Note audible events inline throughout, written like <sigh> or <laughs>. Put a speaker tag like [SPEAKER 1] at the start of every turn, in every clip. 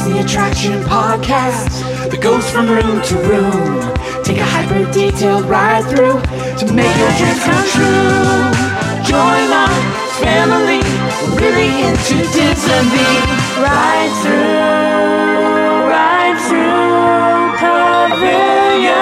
[SPEAKER 1] action podcast that goes from room to room. Take a hyper detailed ride through to make your dreams come true. Join our family, we're really into Disney. Ride through, ride through Pavilion.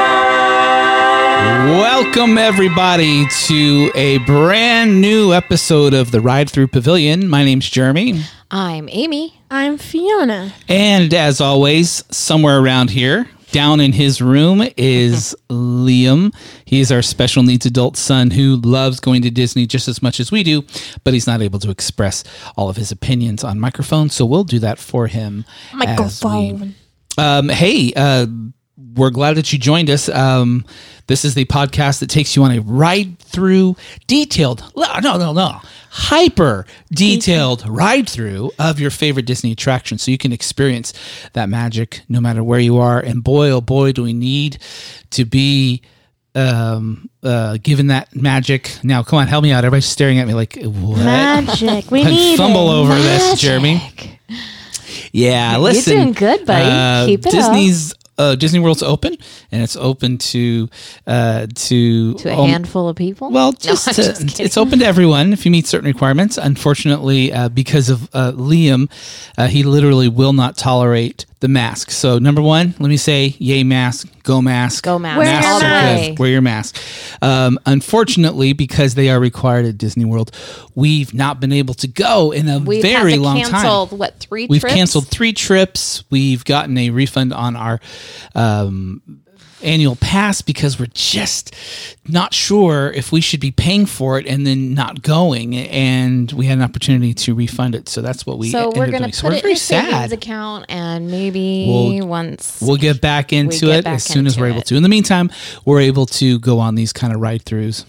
[SPEAKER 2] Welcome, everybody, to a brand new episode of the Ride Through Pavilion. My name's Jeremy.
[SPEAKER 3] I'm Amy.
[SPEAKER 4] I'm Fiona.
[SPEAKER 2] And as always, somewhere around here, down in his room, is Liam. He's our special needs adult son who loves going to Disney just as much as we do, but he's not able to express all of his opinions on microphone. So we'll do that for him. as we- Um, hey, uh, we're glad that you joined us. Um, this is the podcast that takes you on a ride through detailed, no, no, no, no, hyper detailed
[SPEAKER 4] Mm-hmm.
[SPEAKER 2] ride through of your favorite Disney attraction so you can experience that magic no matter where you are. And boy, oh boy, do we need to be um uh given that magic now come on help me out everybody's staring at me like what
[SPEAKER 4] <laughs> Magic. We
[SPEAKER 2] <laughs>
[SPEAKER 4] need
[SPEAKER 2] fumble
[SPEAKER 4] it.
[SPEAKER 2] over this jeremy yeah, listen.
[SPEAKER 3] doing good, buddy. Keep it up.
[SPEAKER 2] Disney's uh, Disney World's open, and it's open to uh, to
[SPEAKER 3] To a
[SPEAKER 2] um,
[SPEAKER 3] handful of people.
[SPEAKER 2] Well,
[SPEAKER 3] No,
[SPEAKER 2] just,
[SPEAKER 3] I'm
[SPEAKER 2] to-
[SPEAKER 3] just kidding.
[SPEAKER 2] it's open to everyone if you meet certain requirements. Unfortunately, uh, because of uh, Liam, uh, he literally will not tolerate the mask. So, number one, let me say, yay mask, go mask,
[SPEAKER 3] Go mask,
[SPEAKER 4] Wear your
[SPEAKER 2] are
[SPEAKER 4] mask.
[SPEAKER 2] good. Wear your mask. Um, unfortunately, because they are required at Disney World, we've not been able to go in a
[SPEAKER 3] We've
[SPEAKER 2] very
[SPEAKER 3] had to
[SPEAKER 2] long
[SPEAKER 3] cancel,
[SPEAKER 2] time.
[SPEAKER 3] What 3
[SPEAKER 2] We've
[SPEAKER 3] trips?
[SPEAKER 2] canceled three trips. We've gotten a refund on our um, annual pass because we're just not sure if we should be paying for it and then not going. And we had an opportunity to refund it, so that's what we.
[SPEAKER 3] So
[SPEAKER 2] ended
[SPEAKER 3] we're
[SPEAKER 2] up
[SPEAKER 3] gonna
[SPEAKER 2] doing.
[SPEAKER 3] put
[SPEAKER 2] So we're
[SPEAKER 3] it in
[SPEAKER 2] very
[SPEAKER 3] a savings
[SPEAKER 2] sad.
[SPEAKER 3] account, and maybe
[SPEAKER 2] We'll-
[SPEAKER 3] once
[SPEAKER 2] We'll get back into
[SPEAKER 3] get
[SPEAKER 2] it
[SPEAKER 3] back
[SPEAKER 2] as soon as
[SPEAKER 3] into
[SPEAKER 2] we're able
[SPEAKER 3] it.
[SPEAKER 2] to. In the meantime, we're able to go on these kind of ride throughs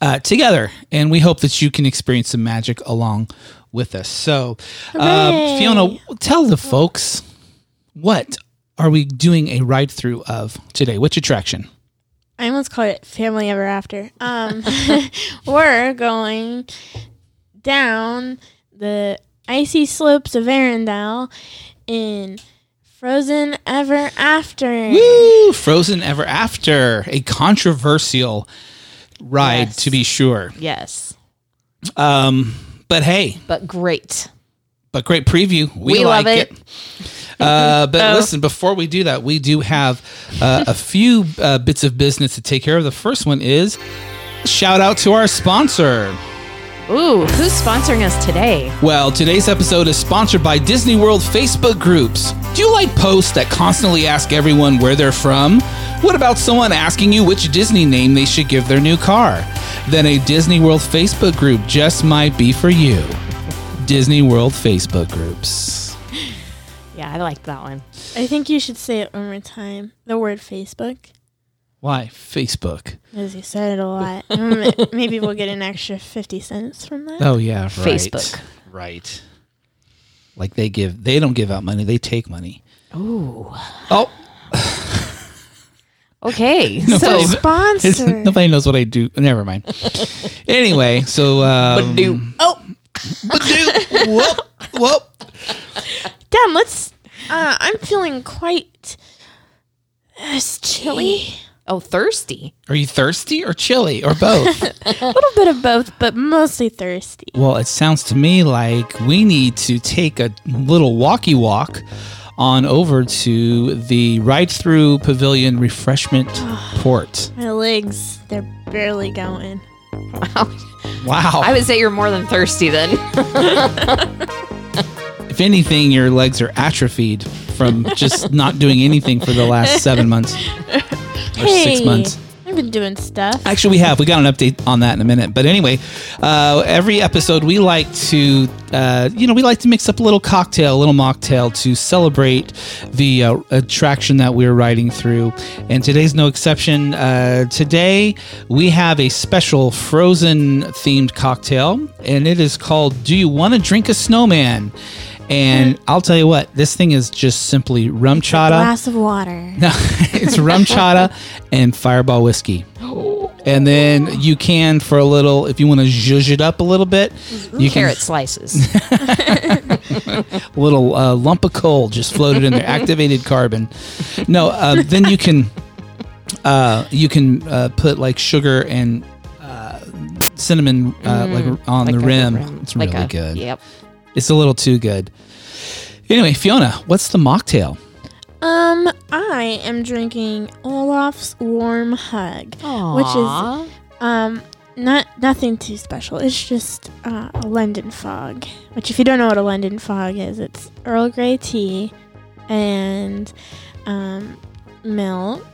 [SPEAKER 2] uh, together, and we hope that you can experience some magic along with us. So, uh,
[SPEAKER 4] Hooray.
[SPEAKER 2] Fiona, tell the folks what are we doing a ride through of today? Which attraction?
[SPEAKER 4] I almost called it Family Ever After. Um, <laughs> we're going down the icy slopes of Arendelle in Frozen Ever After.
[SPEAKER 2] Woo! Frozen Ever After, a controversial ride
[SPEAKER 3] Yes.
[SPEAKER 2] to be sure.
[SPEAKER 3] yes,
[SPEAKER 2] Um, but hey,
[SPEAKER 3] but great.
[SPEAKER 2] but great preview. We,
[SPEAKER 3] We
[SPEAKER 2] like
[SPEAKER 3] love
[SPEAKER 2] it. Uh, but listen, before we do that, we do have uh, a few uh, bits of business to take care of. The first one is shout out to our sponsor.
[SPEAKER 3] Ooh, who's sponsoring us today?
[SPEAKER 2] Well, today's episode is sponsored by Disney World Facebook groups. Do you like posts that constantly ask everyone where they're from? What about someone asking you which Disney name they should give their new car? Then a Disney World Facebook group just might be for you. Disney World Facebook groups.
[SPEAKER 3] Yeah, I liked that one.
[SPEAKER 4] I think you should say it one more time. The word Facebook.
[SPEAKER 2] Why? Facebook.
[SPEAKER 4] Because you said it
[SPEAKER 2] <laughs>
[SPEAKER 4] a lot. Mm, Maybe we'll get an extra 50 cents from that.
[SPEAKER 2] Oh yeah, right.
[SPEAKER 3] Facebook.
[SPEAKER 2] Right. Like they give they don't give out money, they take money.
[SPEAKER 3] Ooh,
[SPEAKER 2] Oh, <laughs>
[SPEAKER 3] okay.
[SPEAKER 2] Nobody-
[SPEAKER 3] so
[SPEAKER 2] it's-
[SPEAKER 4] Sponsor.
[SPEAKER 2] <laughs> nobody knows what I do. Never mind. anyway, so um,
[SPEAKER 3] Badoop.
[SPEAKER 2] Oh. Badoop. whoop. Whoop.
[SPEAKER 4] Damn, let's. Uh, I'm feeling quite chilly.
[SPEAKER 3] oh, thirsty.
[SPEAKER 2] Are you thirsty or chilly or both?
[SPEAKER 3] <laughs>
[SPEAKER 4] A little bit of both, but mostly thirsty.
[SPEAKER 2] well, it sounds to me like we need to take a little walkie walk on over to the ride through pavilion
[SPEAKER 3] <gasps>
[SPEAKER 2] refreshment port.
[SPEAKER 4] My legs, they're barely going.
[SPEAKER 2] Wow.
[SPEAKER 3] I would say you're more than thirsty then.
[SPEAKER 2] If anything, your legs are atrophied from just not doing anything for the last seven months or six
[SPEAKER 4] Hey,
[SPEAKER 2] months.
[SPEAKER 4] I've been doing stuff.
[SPEAKER 2] Actually, we have. We got an update on that in a minute. But anyway, uh, every episode we like to, uh, you know, we like to mix up a little cocktail, a little mocktail to celebrate the uh, attraction that we're riding through. And today's no exception. Uh, today we have a special frozen themed cocktail, and it is called "Do You Want to Drink a Snowman?" And I'll tell you what, this thing is just simply rum chata. <laughs>
[SPEAKER 4] Glass of water.
[SPEAKER 2] No, it's rum chata and fireball whiskey. And then you can, for a little, if you want to zhuzh it up a little bit, you
[SPEAKER 3] <laughs> Carrot
[SPEAKER 2] can <laughs>
[SPEAKER 3] slices.
[SPEAKER 2] a little uh, lump of coal just floated
[SPEAKER 3] <laughs>
[SPEAKER 2] in there, activated carbon. No, uh, then you can uh, you can uh, put like sugar and uh, cinnamon uh, like on
[SPEAKER 3] Mm-hmm. Like
[SPEAKER 2] the
[SPEAKER 3] a
[SPEAKER 2] rim.
[SPEAKER 3] rim.
[SPEAKER 2] It's
[SPEAKER 3] Like
[SPEAKER 2] really
[SPEAKER 3] a-
[SPEAKER 2] good.
[SPEAKER 3] Yep.
[SPEAKER 2] It's a little too good. Anyway, Fiona, what's the mocktail?
[SPEAKER 4] Um, I am drinking Olaf's warm hug, which
[SPEAKER 3] Aw.
[SPEAKER 4] is um not nothing too special. It's just uh, a London fog. Which, if you don't know what a London fog is, it's Earl Grey tea and um milk.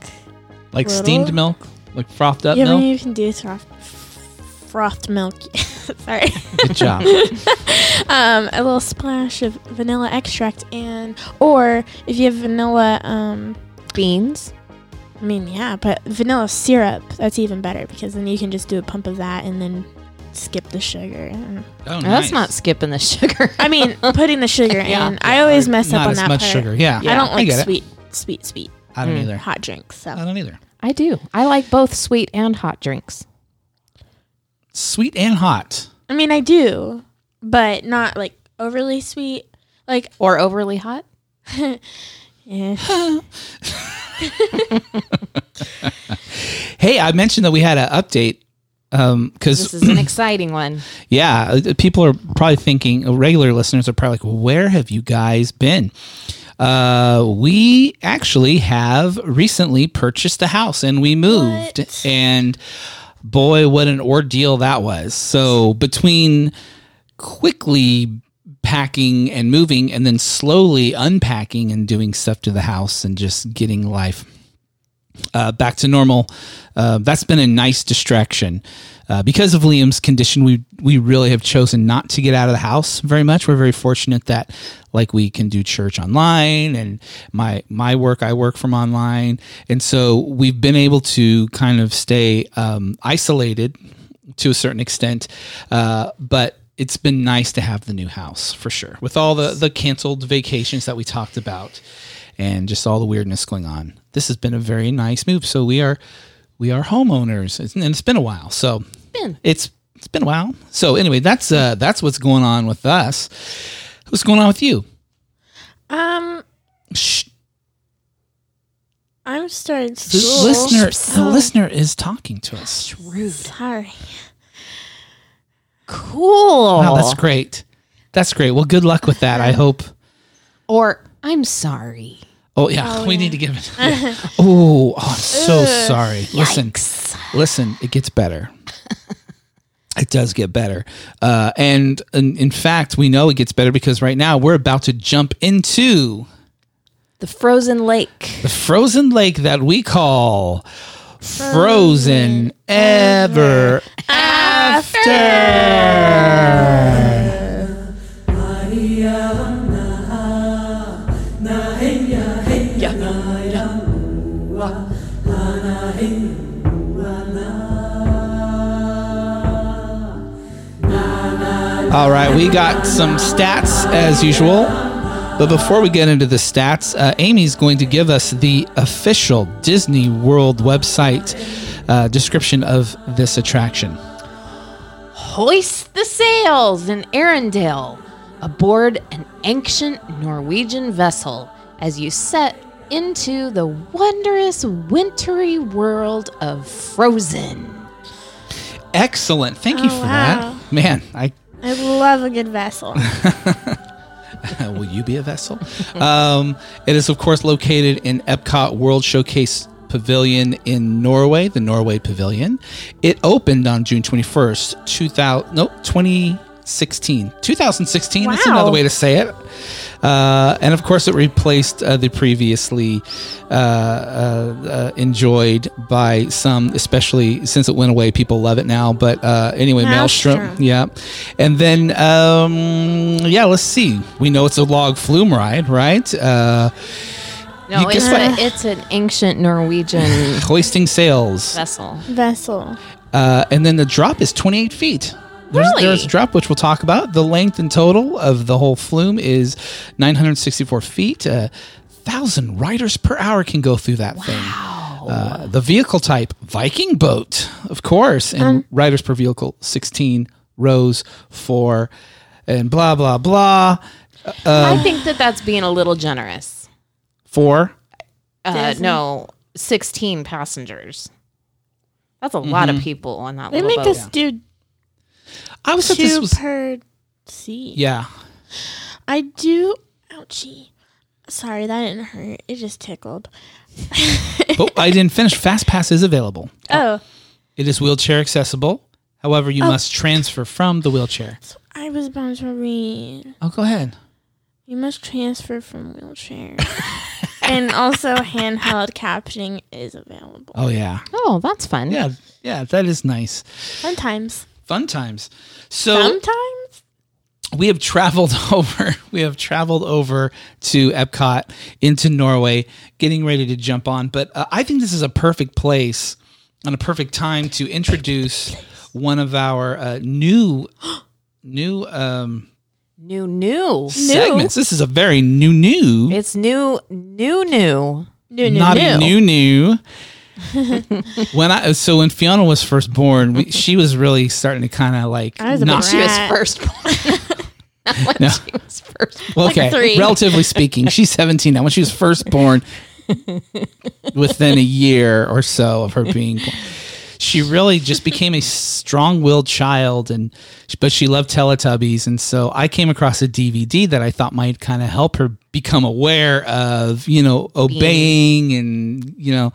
[SPEAKER 2] Like
[SPEAKER 4] Little-
[SPEAKER 2] steamed milk, like frothed up
[SPEAKER 4] yeah, I
[SPEAKER 2] milk.
[SPEAKER 4] mean, you can do soft, frothed milk. <laughs> Sorry.
[SPEAKER 2] Good
[SPEAKER 3] <laughs>
[SPEAKER 2] job.
[SPEAKER 4] um, a little splash of vanilla extract and or if you have vanilla um
[SPEAKER 3] beans.
[SPEAKER 4] I mean, yeah, but vanilla syrup, that's even better because then you can just do a pump of that and then skip the sugar. Mm.
[SPEAKER 2] Oh,
[SPEAKER 3] That's
[SPEAKER 2] nice.
[SPEAKER 3] not skipping the <laughs> sugar.
[SPEAKER 2] <laughs>
[SPEAKER 4] I mean, putting the sugar in.
[SPEAKER 3] Yeah.
[SPEAKER 4] I always mess
[SPEAKER 2] not
[SPEAKER 4] up on
[SPEAKER 2] as
[SPEAKER 4] that
[SPEAKER 2] much
[SPEAKER 4] part.
[SPEAKER 2] sugar. Yeah,
[SPEAKER 4] I don't like
[SPEAKER 2] get it. Uh,
[SPEAKER 4] sweet, sweet, sweet
[SPEAKER 2] I don't
[SPEAKER 3] Mm.
[SPEAKER 2] either.
[SPEAKER 4] hot drinks. So
[SPEAKER 2] I don't either.
[SPEAKER 3] I do. I like both sweet and hot drinks.
[SPEAKER 2] Sweet and hot.
[SPEAKER 4] I mean, I do, but not like overly sweet. Like,
[SPEAKER 3] Or overly hot.
[SPEAKER 4] eh.
[SPEAKER 2] Hey, I mentioned that we had an update because
[SPEAKER 3] This
[SPEAKER 2] <clears throat>
[SPEAKER 3] is an exciting one.
[SPEAKER 2] yeah, uh, people are probably thinking. uh, Regular listeners are probably like, "Where have you guys been?" Uh, we actually have recently purchased a house and we moved,
[SPEAKER 4] What?
[SPEAKER 2] and boy, what an ordeal that was! So between quickly packing and moving, and then slowly unpacking and doing stuff to the house, and just getting life uh, back to normal. Uh, that's been a nice distraction. Uh, because of Liam's condition, we we really have chosen not to get out of the house very much. We're very fortunate that, like, we can do church online, and my my work, I work from online, and so we've been able to kind of stay um, isolated to a certain extent. Uh, but it's been nice to have the new house for sure, with all the the canceled vacations that we talked about, and just all the weirdness going on. This has been a very nice move. So we are we are homeowners, It's- and it's been a while. So
[SPEAKER 3] been.
[SPEAKER 2] it's it's been a while. So anyway, that's uh that's what's going on with us. What's going on with you?
[SPEAKER 4] um,
[SPEAKER 2] Shh,
[SPEAKER 4] I'm starting
[SPEAKER 2] the
[SPEAKER 4] school.
[SPEAKER 2] listener the listener is talking to us.
[SPEAKER 3] Rude.
[SPEAKER 4] Sorry.
[SPEAKER 3] Cool.
[SPEAKER 2] Wow, that's great. That's great. Well, good luck with that. I hope.
[SPEAKER 3] Or I'm sorry.
[SPEAKER 2] Oh yeah, <laughs> we need to give it. yeah. Oh, oh, I'm so sorry. Listen, listen, it gets <laughs> better. it does get better, uh, and, and in fact, we know it gets better because right now we're about to jump into
[SPEAKER 3] The frozen lake.
[SPEAKER 2] the frozen lake that we call Frozen Ever After. All right, we got some stats as usual. But before we get into the stats, uh, Amy's going to give us the official Disney World website uh, description of this attraction.
[SPEAKER 3] Hoist the sails in Arendelle aboard an ancient Norwegian vessel as you set into the wondrous wintry world of Frozen.
[SPEAKER 2] Excellent. Thank you
[SPEAKER 4] Oh,
[SPEAKER 2] for
[SPEAKER 4] wow.
[SPEAKER 2] that. Man, I <laughs>
[SPEAKER 4] I love a good vessel.
[SPEAKER 2] Uh, Will you be a
[SPEAKER 4] <laughs>
[SPEAKER 2] vessel? um, it is, of course, located in Epcot World Showcase Pavilion in Norway, the Norway Pavilion. It opened on June 21st, 2000, no, 2016. 2016, that's
[SPEAKER 4] Wow.
[SPEAKER 2] another way to say it. Uh, and of course, it replaced uh, the previously uh, uh, uh, enjoyed by some, especially since it went away. People love it now. But uh, anyway, Maelstrom.
[SPEAKER 4] Maelstrom.
[SPEAKER 2] Yeah. And then, um, yeah, let's see. We know it's a log flume ride, right? Uh,
[SPEAKER 3] No,
[SPEAKER 2] You
[SPEAKER 3] it's,
[SPEAKER 2] guess
[SPEAKER 3] a,
[SPEAKER 2] what?
[SPEAKER 3] it's an
[SPEAKER 2] <laughs>
[SPEAKER 3] ancient Norwegian
[SPEAKER 2] hoisting sails.
[SPEAKER 3] vessel.
[SPEAKER 4] vessel.
[SPEAKER 2] Uh, and then the drop is 28 feet. There's,
[SPEAKER 3] Really?
[SPEAKER 2] there's a drop, which we'll talk about. The length in total of the whole flume is 964 feet. Uh, thousand riders per hour can go through that thing. Uh, the vehicle type, Viking boat, of course, and riders per vehicle, 16 rows for, and blah, blah, blah, Uh,
[SPEAKER 3] I think that that's being a little generous.
[SPEAKER 2] for
[SPEAKER 3] Uh, no, 16 passengers. That's a lot
[SPEAKER 2] Mm-hmm.
[SPEAKER 3] of people on that
[SPEAKER 4] They
[SPEAKER 3] little
[SPEAKER 4] make
[SPEAKER 3] boat.
[SPEAKER 4] us do
[SPEAKER 2] I was at this
[SPEAKER 4] two
[SPEAKER 2] was
[SPEAKER 4] per seat.
[SPEAKER 2] yeah.
[SPEAKER 4] I do. Ouchie. Sorry, that didn't hurt. It just tickled.
[SPEAKER 2] But I didn't finish. Fast Pass is available.
[SPEAKER 4] Oh,
[SPEAKER 2] It is wheelchair accessible. However, you must transfer from the wheelchair.
[SPEAKER 4] I was bound to read.
[SPEAKER 2] Oh, go ahead.
[SPEAKER 4] You must transfer from
[SPEAKER 2] <laughs>
[SPEAKER 4] wheelchair. and also, handheld captioning is available.
[SPEAKER 2] Oh yeah,
[SPEAKER 3] Oh, that's fun.
[SPEAKER 2] yeah, yeah. That is nice.
[SPEAKER 4] Sometimes.
[SPEAKER 2] Fun times. So
[SPEAKER 4] Sometimes?
[SPEAKER 2] we have traveled <laughs> over we have traveled over to epcot into norway getting ready to jump on but uh, i think this is a perfect place and a perfect time to introduce one of our uh, new <gasps> new um
[SPEAKER 3] New, new.
[SPEAKER 2] segments this is a very new new
[SPEAKER 3] It's new, new, new.
[SPEAKER 4] No, no,
[SPEAKER 2] not
[SPEAKER 4] no.
[SPEAKER 2] new new when i so when fiona was first born we, she was really starting to kind of like
[SPEAKER 4] I was a
[SPEAKER 2] not-
[SPEAKER 4] brat.
[SPEAKER 3] She was
[SPEAKER 4] Rat.
[SPEAKER 3] first born. <laughs> Not when
[SPEAKER 2] No.
[SPEAKER 3] she was first born.
[SPEAKER 2] Well, okay.
[SPEAKER 4] three.
[SPEAKER 2] Relatively speaking, she's 17 now. When she was first born, within a year or so of her being born, she really just became a strong-willed child, and but she loved Teletubbies, and so I came across a DVD that I thought might kind of help her become aware of, you know, obeying and you know,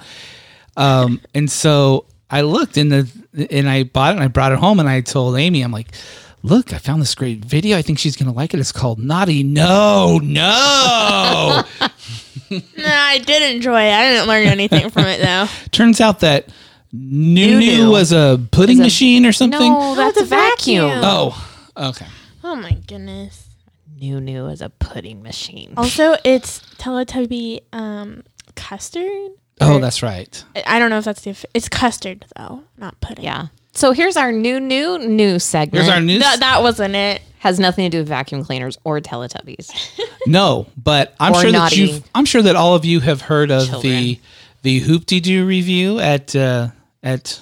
[SPEAKER 2] um, and so I looked in the and I bought it and I brought it home and I told Amy, I'm like, look, I found this great video. I think she's gonna like it. It's called Naughty No No.
[SPEAKER 4] No, I did enjoy it. I didn't learn anything from
[SPEAKER 2] <laughs>
[SPEAKER 4] it, though.
[SPEAKER 2] Turns out that Nunu,
[SPEAKER 3] Nunu.
[SPEAKER 2] was a pudding machine or something.
[SPEAKER 3] No, that's
[SPEAKER 4] the
[SPEAKER 3] a vacuum.
[SPEAKER 4] vacuum.
[SPEAKER 2] Oh, okay.
[SPEAKER 4] Oh, my goodness.
[SPEAKER 3] New, new is a pudding machine.
[SPEAKER 4] Also, it's Teletubby um, custard.
[SPEAKER 2] Oh, that's right.
[SPEAKER 4] I- I don't know if that's the. It's custard, though, not pudding.
[SPEAKER 3] Yeah. So here's our new, new, new segment.
[SPEAKER 2] Here's our news.
[SPEAKER 4] That, that wasn't it.
[SPEAKER 3] Has nothing to do with vacuum cleaners or Teletubbies.
[SPEAKER 2] No, but I'm
[SPEAKER 3] Or
[SPEAKER 2] sure
[SPEAKER 3] naughty.
[SPEAKER 2] that you I'm sure that all of you have heard of the the Hoopty Doo review at uh, at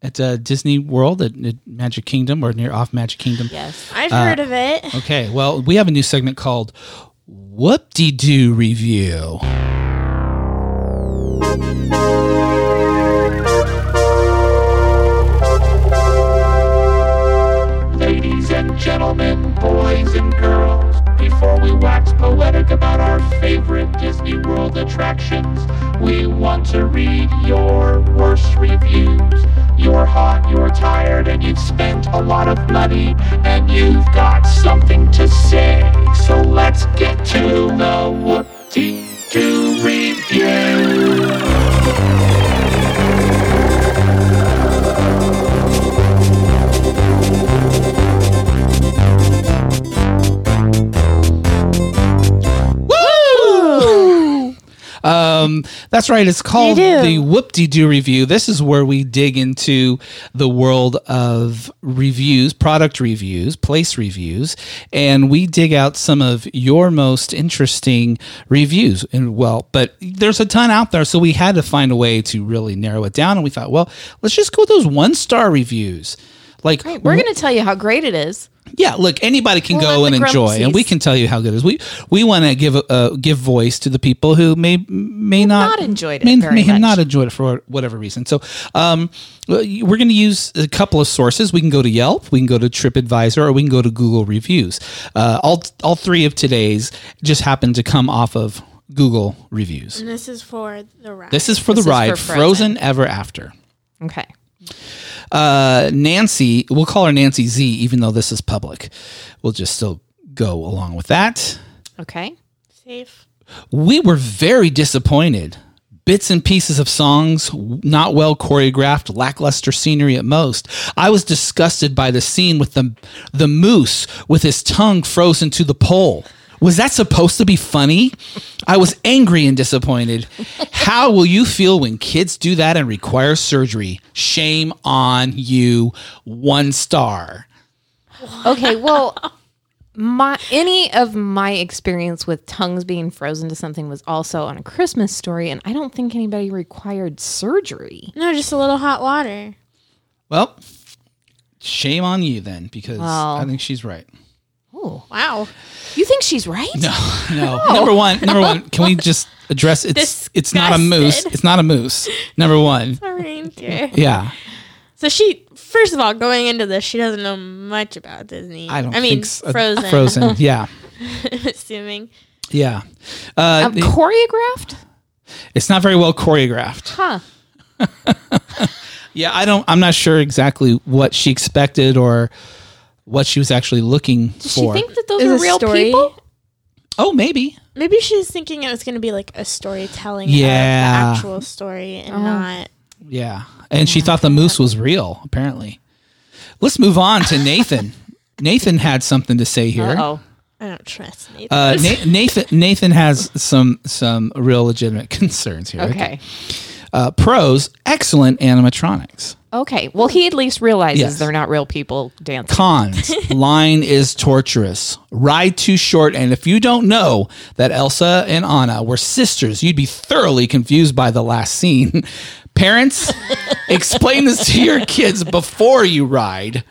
[SPEAKER 2] at uh, Disney World at, at Magic Kingdom or near off Magic Kingdom.
[SPEAKER 3] Yes.
[SPEAKER 4] I've heard of it.
[SPEAKER 2] Uh, Okay, well, we have a new segment called Whoop De Doo Review.
[SPEAKER 1] Ladies and gentlemen, boys and girls, before we wax poetic about our favorite Disney World attractions, we want to read your worst reviews. You're hot, you're tired, and you've spent a lot of money, and you've got something to say. So let's get to the whoop-dee-doo review.
[SPEAKER 2] Um, that's right. It's called
[SPEAKER 4] do.
[SPEAKER 2] the Whoop De Doo Review. This is where we dig into the world of reviews, product reviews, place reviews, and we dig out some of your most interesting reviews. And well, but there's a ton out there, so we had to find a way to really narrow it down. And we thought, well, let's just go with those one star reviews. Like
[SPEAKER 3] We're going to tell you how great it is.
[SPEAKER 2] yeah, look, anybody can
[SPEAKER 3] Well,
[SPEAKER 2] go
[SPEAKER 3] and
[SPEAKER 2] and
[SPEAKER 3] the
[SPEAKER 2] enjoy,
[SPEAKER 3] grumpsies.
[SPEAKER 2] and we can tell you how good it is. We we want to give uh, give voice to the people who may may not,
[SPEAKER 3] not enjoyed it
[SPEAKER 2] may,
[SPEAKER 3] very
[SPEAKER 2] may have
[SPEAKER 3] much.
[SPEAKER 2] not enjoyed it for whatever reason. So, um, well, you- we're going to use a couple of sources. We can go to Yelp, we can go to TripAdvisor, or we can go to Google reviews. Uh, all all three of today's just happen to come off of Google reviews.
[SPEAKER 4] And this is for the ride.
[SPEAKER 2] This is for
[SPEAKER 3] This
[SPEAKER 2] the
[SPEAKER 3] is
[SPEAKER 2] ride
[SPEAKER 3] for
[SPEAKER 2] Frozen
[SPEAKER 3] Frozen.
[SPEAKER 2] Ever After
[SPEAKER 3] Okay.
[SPEAKER 2] uh, Nancy, we'll call her Nancy Z, even though this is public. We'll just still go along with that.
[SPEAKER 3] Okay.
[SPEAKER 4] safe.
[SPEAKER 2] We were very disappointed. Bits and pieces of songs, not well choreographed, lackluster scenery at most. I was disgusted by the scene with the the moose with his tongue frozen to the pole. Was that supposed to be funny? I was angry and disappointed. How will you feel when kids do that and require surgery? Shame on you. One star.
[SPEAKER 3] Okay. Well, my any of my experience with tongues being frozen to something was also on a Christmas story, and I don't think anybody required surgery.
[SPEAKER 4] No, just a little hot water.
[SPEAKER 2] Well, shame on you then, because
[SPEAKER 3] Well.
[SPEAKER 2] I think she's right.
[SPEAKER 3] Oh,
[SPEAKER 4] Wow.
[SPEAKER 3] you think she's right?
[SPEAKER 2] No, <laughs> no. Number one, number one. Can we just address it's it's not a moose.
[SPEAKER 4] Disgusted.
[SPEAKER 2] It's not a moose. Number one.
[SPEAKER 4] A reindeer.
[SPEAKER 2] <laughs> Yeah,
[SPEAKER 4] So she, first of all, going into this, she doesn't know much about Disney.
[SPEAKER 2] I don't.
[SPEAKER 4] I mean,
[SPEAKER 2] think so.
[SPEAKER 4] Frozen.
[SPEAKER 2] Frozen. Yeah,
[SPEAKER 4] <laughs> I'm assuming.
[SPEAKER 2] yeah. Uh,
[SPEAKER 3] Um, choreographed?
[SPEAKER 2] it's not very well choreographed.
[SPEAKER 3] Huh.
[SPEAKER 2] Yeah, I don't. I'm not sure exactly what she expected or what she was actually looking
[SPEAKER 3] Does
[SPEAKER 2] for.
[SPEAKER 3] she think that those
[SPEAKER 4] Is
[SPEAKER 3] are
[SPEAKER 4] it
[SPEAKER 3] real
[SPEAKER 4] story?
[SPEAKER 3] people?
[SPEAKER 2] oh, maybe.
[SPEAKER 4] Maybe she's thinking it was going to be like a storytelling
[SPEAKER 2] Yeah. Uh-huh.
[SPEAKER 4] of the actual story and not.
[SPEAKER 2] Yeah, and she thought the moose was real. Apparently. Let's move on to Nathan. Nathan had something to say here.
[SPEAKER 3] Oh,
[SPEAKER 4] I don't trust Nathan.
[SPEAKER 2] Uh, Na- Nathan Nathan has some some real legitimate <laughs> concerns here.
[SPEAKER 3] okay.
[SPEAKER 2] Uh, pros, excellent animatronics.
[SPEAKER 3] Okay. Well, he at least realizes
[SPEAKER 2] Yes.
[SPEAKER 3] they're not real people dancing. <laughs>
[SPEAKER 2] Cons, line is torturous. Ride too short, and if you don't know that Elsa and Anna were sisters, you'd be thoroughly confused by the last scene. <laughs>
[SPEAKER 3] <laughs>
[SPEAKER 2] Parents, explain this to your kids before you ride.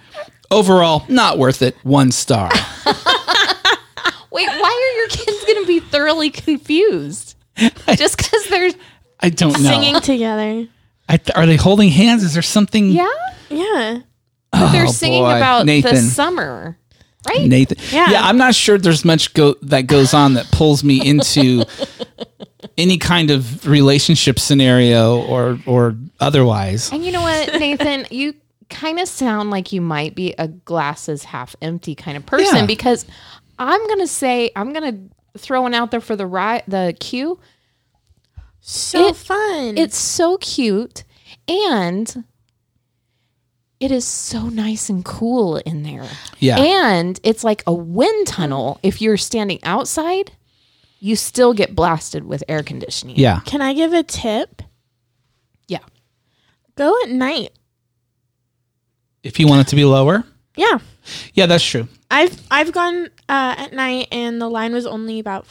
[SPEAKER 2] Overall, not worth it. One star.
[SPEAKER 3] Wait, why are your kids going to be
[SPEAKER 2] <laughs>
[SPEAKER 3] thoroughly confused? Just because they're
[SPEAKER 2] I don't know.
[SPEAKER 4] Singing together.
[SPEAKER 2] I th- are they holding hands? Is there something?
[SPEAKER 3] yeah,
[SPEAKER 4] Yeah.
[SPEAKER 3] they're
[SPEAKER 2] Oh,
[SPEAKER 3] singing
[SPEAKER 2] boy.
[SPEAKER 3] about
[SPEAKER 2] Nathan.
[SPEAKER 3] the summer, right?
[SPEAKER 2] Nathan. Yeah.
[SPEAKER 4] Yeah.
[SPEAKER 2] I'm not sure there's much go that goes on that pulls me into any kind of relationship scenario or or otherwise.
[SPEAKER 3] And you know what, Nathan, you kind of sound like you might be a glasses half empty kind of person
[SPEAKER 2] Yeah.
[SPEAKER 3] because I'm going to say I'm going to throw one out there for the ri- the cue.
[SPEAKER 4] So
[SPEAKER 3] It-
[SPEAKER 4] fun.
[SPEAKER 3] It's so cute and it is so nice and cool in there.
[SPEAKER 2] Yeah.
[SPEAKER 3] And it's like a wind tunnel. If you're standing outside, you still get blasted with air conditioning.
[SPEAKER 2] yeah.
[SPEAKER 4] Can I give a tip?
[SPEAKER 3] Yeah.
[SPEAKER 4] Go at night.
[SPEAKER 2] If you want it to be lower.
[SPEAKER 4] Yeah.
[SPEAKER 2] Yeah, that's true.
[SPEAKER 4] I've I've gone uh, at night and the line was only about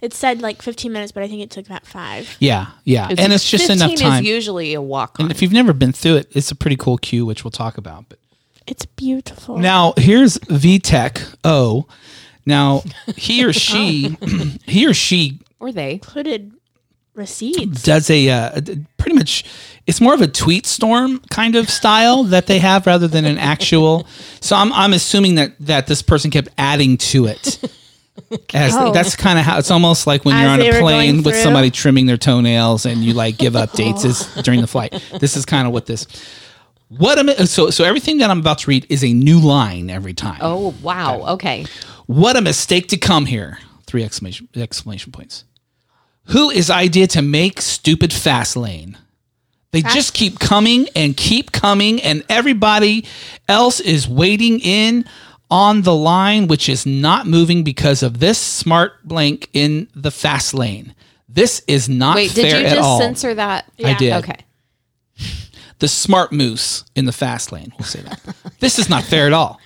[SPEAKER 4] it said like 15 minutes but I think it took about 5.
[SPEAKER 2] Yeah. Yeah. and it's just enough
[SPEAKER 3] 15
[SPEAKER 2] time.
[SPEAKER 3] is usually a walk on.
[SPEAKER 2] and if you've never been through it, it's a pretty cool cue which we'll talk about. But
[SPEAKER 4] It's beautiful.
[SPEAKER 2] Now here's VTech O. Now he or she <clears throat> he or she
[SPEAKER 3] or they.
[SPEAKER 4] included receipts.
[SPEAKER 2] does a uh, d- pretty much it's more of a tweet storm kind of style that they have rather than an actual so i'm, I'm assuming that that this person kept adding to it as
[SPEAKER 4] Oh.
[SPEAKER 2] that's kind of how it's almost like when you're
[SPEAKER 4] As
[SPEAKER 2] on
[SPEAKER 4] they
[SPEAKER 2] a
[SPEAKER 4] were
[SPEAKER 2] plane
[SPEAKER 4] going
[SPEAKER 2] with
[SPEAKER 4] through?
[SPEAKER 2] somebody trimming their toenails and you like give updates
[SPEAKER 4] <laughs>
[SPEAKER 2] is during the flight this is kind of what this what am so so everything that i'm about to read is a new line every time
[SPEAKER 3] Oh, wow. Okay.
[SPEAKER 2] what a mistake to come here. Three exclamation exclamation points. Who is idea to make stupid fast lane? They just keep coming and keep coming and everybody else is waiting in on the line which is not moving because of this smart blank in the fast lane. This is not
[SPEAKER 3] Wait,
[SPEAKER 2] fair
[SPEAKER 3] did you
[SPEAKER 2] at
[SPEAKER 3] just
[SPEAKER 2] all.
[SPEAKER 3] censor that?
[SPEAKER 2] I did.
[SPEAKER 3] Okay.
[SPEAKER 2] the smart moose in the fast lane. We'll say that. <laughs> this is not fair at all.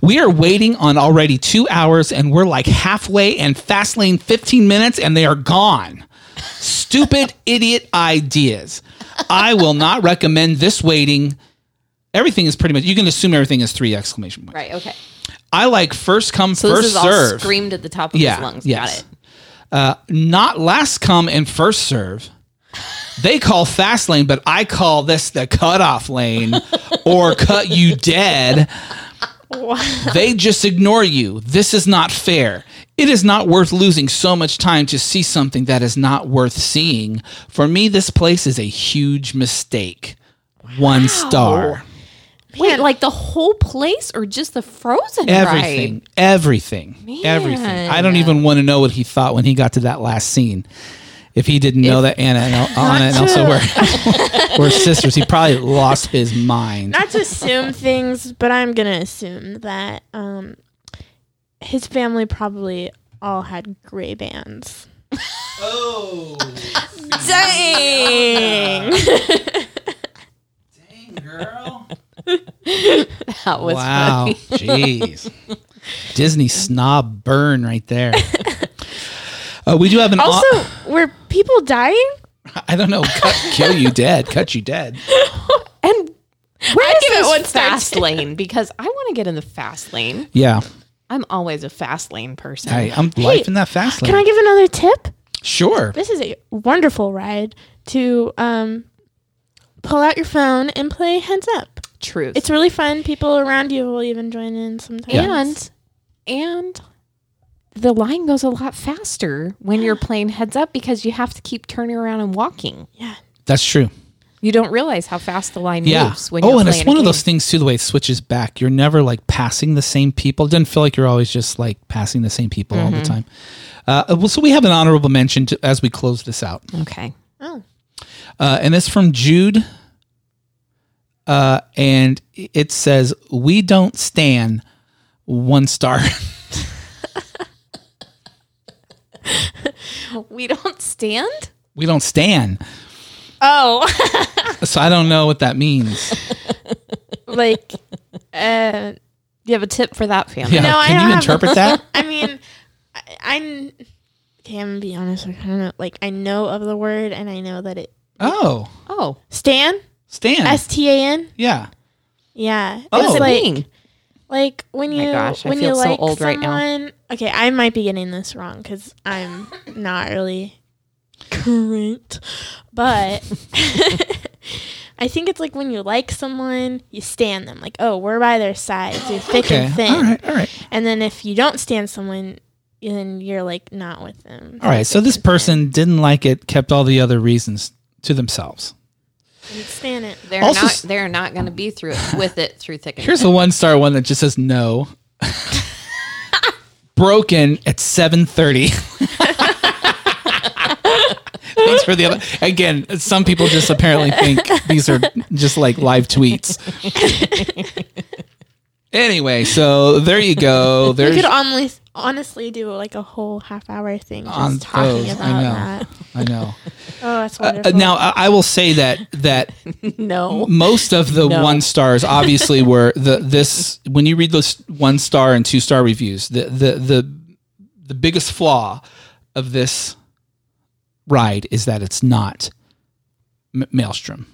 [SPEAKER 2] We are waiting on already two hours and we're like halfway and fast lane 15 minutes and they are gone. Stupid <laughs> idiot ideas. I will not recommend this waiting. Everything is pretty much, you can assume everything is three exclamation points.
[SPEAKER 3] Right. Okay.
[SPEAKER 2] I like first come,
[SPEAKER 3] So
[SPEAKER 2] first
[SPEAKER 3] this is
[SPEAKER 2] serve
[SPEAKER 3] all screamed at the top of his lungs. Got it.
[SPEAKER 2] Uh, not last come and first serve. They call fast lane, but I call this the cutoff lane
[SPEAKER 3] <laughs>
[SPEAKER 2] or cut you dead. They just ignore you. This is not fair. It is not worth losing so much time to see something that is not worth seeing. For me, this place is a huge mistake. One star.
[SPEAKER 3] Wait, like the whole place or just the frozen
[SPEAKER 2] Everything.
[SPEAKER 3] ride?
[SPEAKER 2] Everything. Everything. I don't even want to know what he thought when he got to that last scene. If he didn't know that Anna and El- Anna and Elsa were, <laughs> were sisters, he probably lost his mind.
[SPEAKER 4] Not to assume things, but I'm going to assume that um his family probably all had gray bands.
[SPEAKER 2] Oh,
[SPEAKER 4] Dang.
[SPEAKER 2] dang girl!
[SPEAKER 3] That was
[SPEAKER 2] Wow, jeez. Disney snob burn right there. Uh, we do have an au-
[SPEAKER 4] Also, were people dying?
[SPEAKER 2] I don't know. Cut, kill you dead. Cut you dead.
[SPEAKER 3] And where
[SPEAKER 4] I'd
[SPEAKER 3] is
[SPEAKER 4] give it
[SPEAKER 3] this
[SPEAKER 4] one star,
[SPEAKER 2] <laughs>
[SPEAKER 3] fast lane? Because I want to get in the fast lane.
[SPEAKER 2] Yeah.
[SPEAKER 3] I'm always a fast lane person.
[SPEAKER 2] Hey, I'm life in that fast lane.
[SPEAKER 4] Can I give another tip?
[SPEAKER 2] sure.
[SPEAKER 4] This is a wonderful ride to um, pull out your phone and play Heads Up.
[SPEAKER 3] Truth.
[SPEAKER 4] It's really fun. People around you will even join in sometimes.
[SPEAKER 3] and and the line goes a lot faster when you're playing heads up because you have to keep turning around and walking.
[SPEAKER 2] That's true.
[SPEAKER 3] You don't realize how fast the line
[SPEAKER 2] Yeah.
[SPEAKER 3] moves when
[SPEAKER 2] oh,
[SPEAKER 3] you're
[SPEAKER 2] and
[SPEAKER 3] playing
[SPEAKER 2] it's one
[SPEAKER 3] a
[SPEAKER 2] of
[SPEAKER 3] game.
[SPEAKER 2] those things too. The way it switches back, you're never like passing the same people. It doesn't feel like you're always just like passing the same people all
[SPEAKER 3] Mm-hmm.
[SPEAKER 2] the time. Uh, well, so we have an honorable mention to, as we close this out,
[SPEAKER 3] Okay.
[SPEAKER 2] uh, and it's from Jude, uh, and it says, "We don't stand one star." <laughs>
[SPEAKER 3] We don't stand?
[SPEAKER 2] we don't stand.
[SPEAKER 4] Oh,
[SPEAKER 2] So I don't know what that means.
[SPEAKER 4] like, uh,
[SPEAKER 3] Do you have a tip for that family?
[SPEAKER 2] Yeah,
[SPEAKER 4] No, I
[SPEAKER 2] can
[SPEAKER 4] don't
[SPEAKER 2] you
[SPEAKER 4] have-
[SPEAKER 2] interpret
[SPEAKER 3] <laughs>
[SPEAKER 2] that?
[SPEAKER 4] I mean, I, I'm. Okay, I'm gonna be honest. I kind of know, like I know of the word, and I know that it
[SPEAKER 2] Oh,
[SPEAKER 3] Oh.
[SPEAKER 4] Stan
[SPEAKER 2] stand.
[SPEAKER 4] S T A N.
[SPEAKER 2] yeah.
[SPEAKER 4] Yeah,
[SPEAKER 2] Oh.
[SPEAKER 4] it's
[SPEAKER 2] What's it
[SPEAKER 4] like
[SPEAKER 3] Dang.
[SPEAKER 4] like when you
[SPEAKER 3] gosh, I
[SPEAKER 4] when
[SPEAKER 3] feel
[SPEAKER 4] you
[SPEAKER 3] so
[SPEAKER 4] like
[SPEAKER 3] old right
[SPEAKER 4] someone.
[SPEAKER 3] now.
[SPEAKER 4] Okay, I might be getting this wrong because I'm not really current, but. <laughs> I think it's like when you like someone, you stand them. Like, oh, we're by their side through thick
[SPEAKER 2] Okay.
[SPEAKER 4] and thin.
[SPEAKER 2] All right. All right.
[SPEAKER 4] And then if you don't stand someone, then you're like not with them.
[SPEAKER 2] All right. So this person didn't like it. Kept all the other reasons to themselves.
[SPEAKER 4] Didn't stand it.
[SPEAKER 3] They're
[SPEAKER 2] Also
[SPEAKER 3] not
[SPEAKER 2] s-
[SPEAKER 3] they're not gonna be through it with it through thick and
[SPEAKER 2] Here's a one star one that just says no. <laughs> Broken at 7:30. <laughs> Thanks for the other. Again, some people just apparently think these are just like live tweets. anyway, so there you go.
[SPEAKER 4] We
[SPEAKER 2] There's
[SPEAKER 4] could only, honestly do like a whole half hour thing just
[SPEAKER 2] On
[SPEAKER 4] talking
[SPEAKER 2] those, I
[SPEAKER 4] about
[SPEAKER 2] know.
[SPEAKER 4] that.
[SPEAKER 2] I know.
[SPEAKER 4] Oh, that's
[SPEAKER 2] Uh,
[SPEAKER 4] wonderful.
[SPEAKER 2] now I, I will say that that
[SPEAKER 3] No.
[SPEAKER 2] most of the one stars
[SPEAKER 3] <laughs>
[SPEAKER 2] obviously were the this when you read those one star and two star reviews the the the the biggest flaw of this ride is that it's not M- Maelstrom.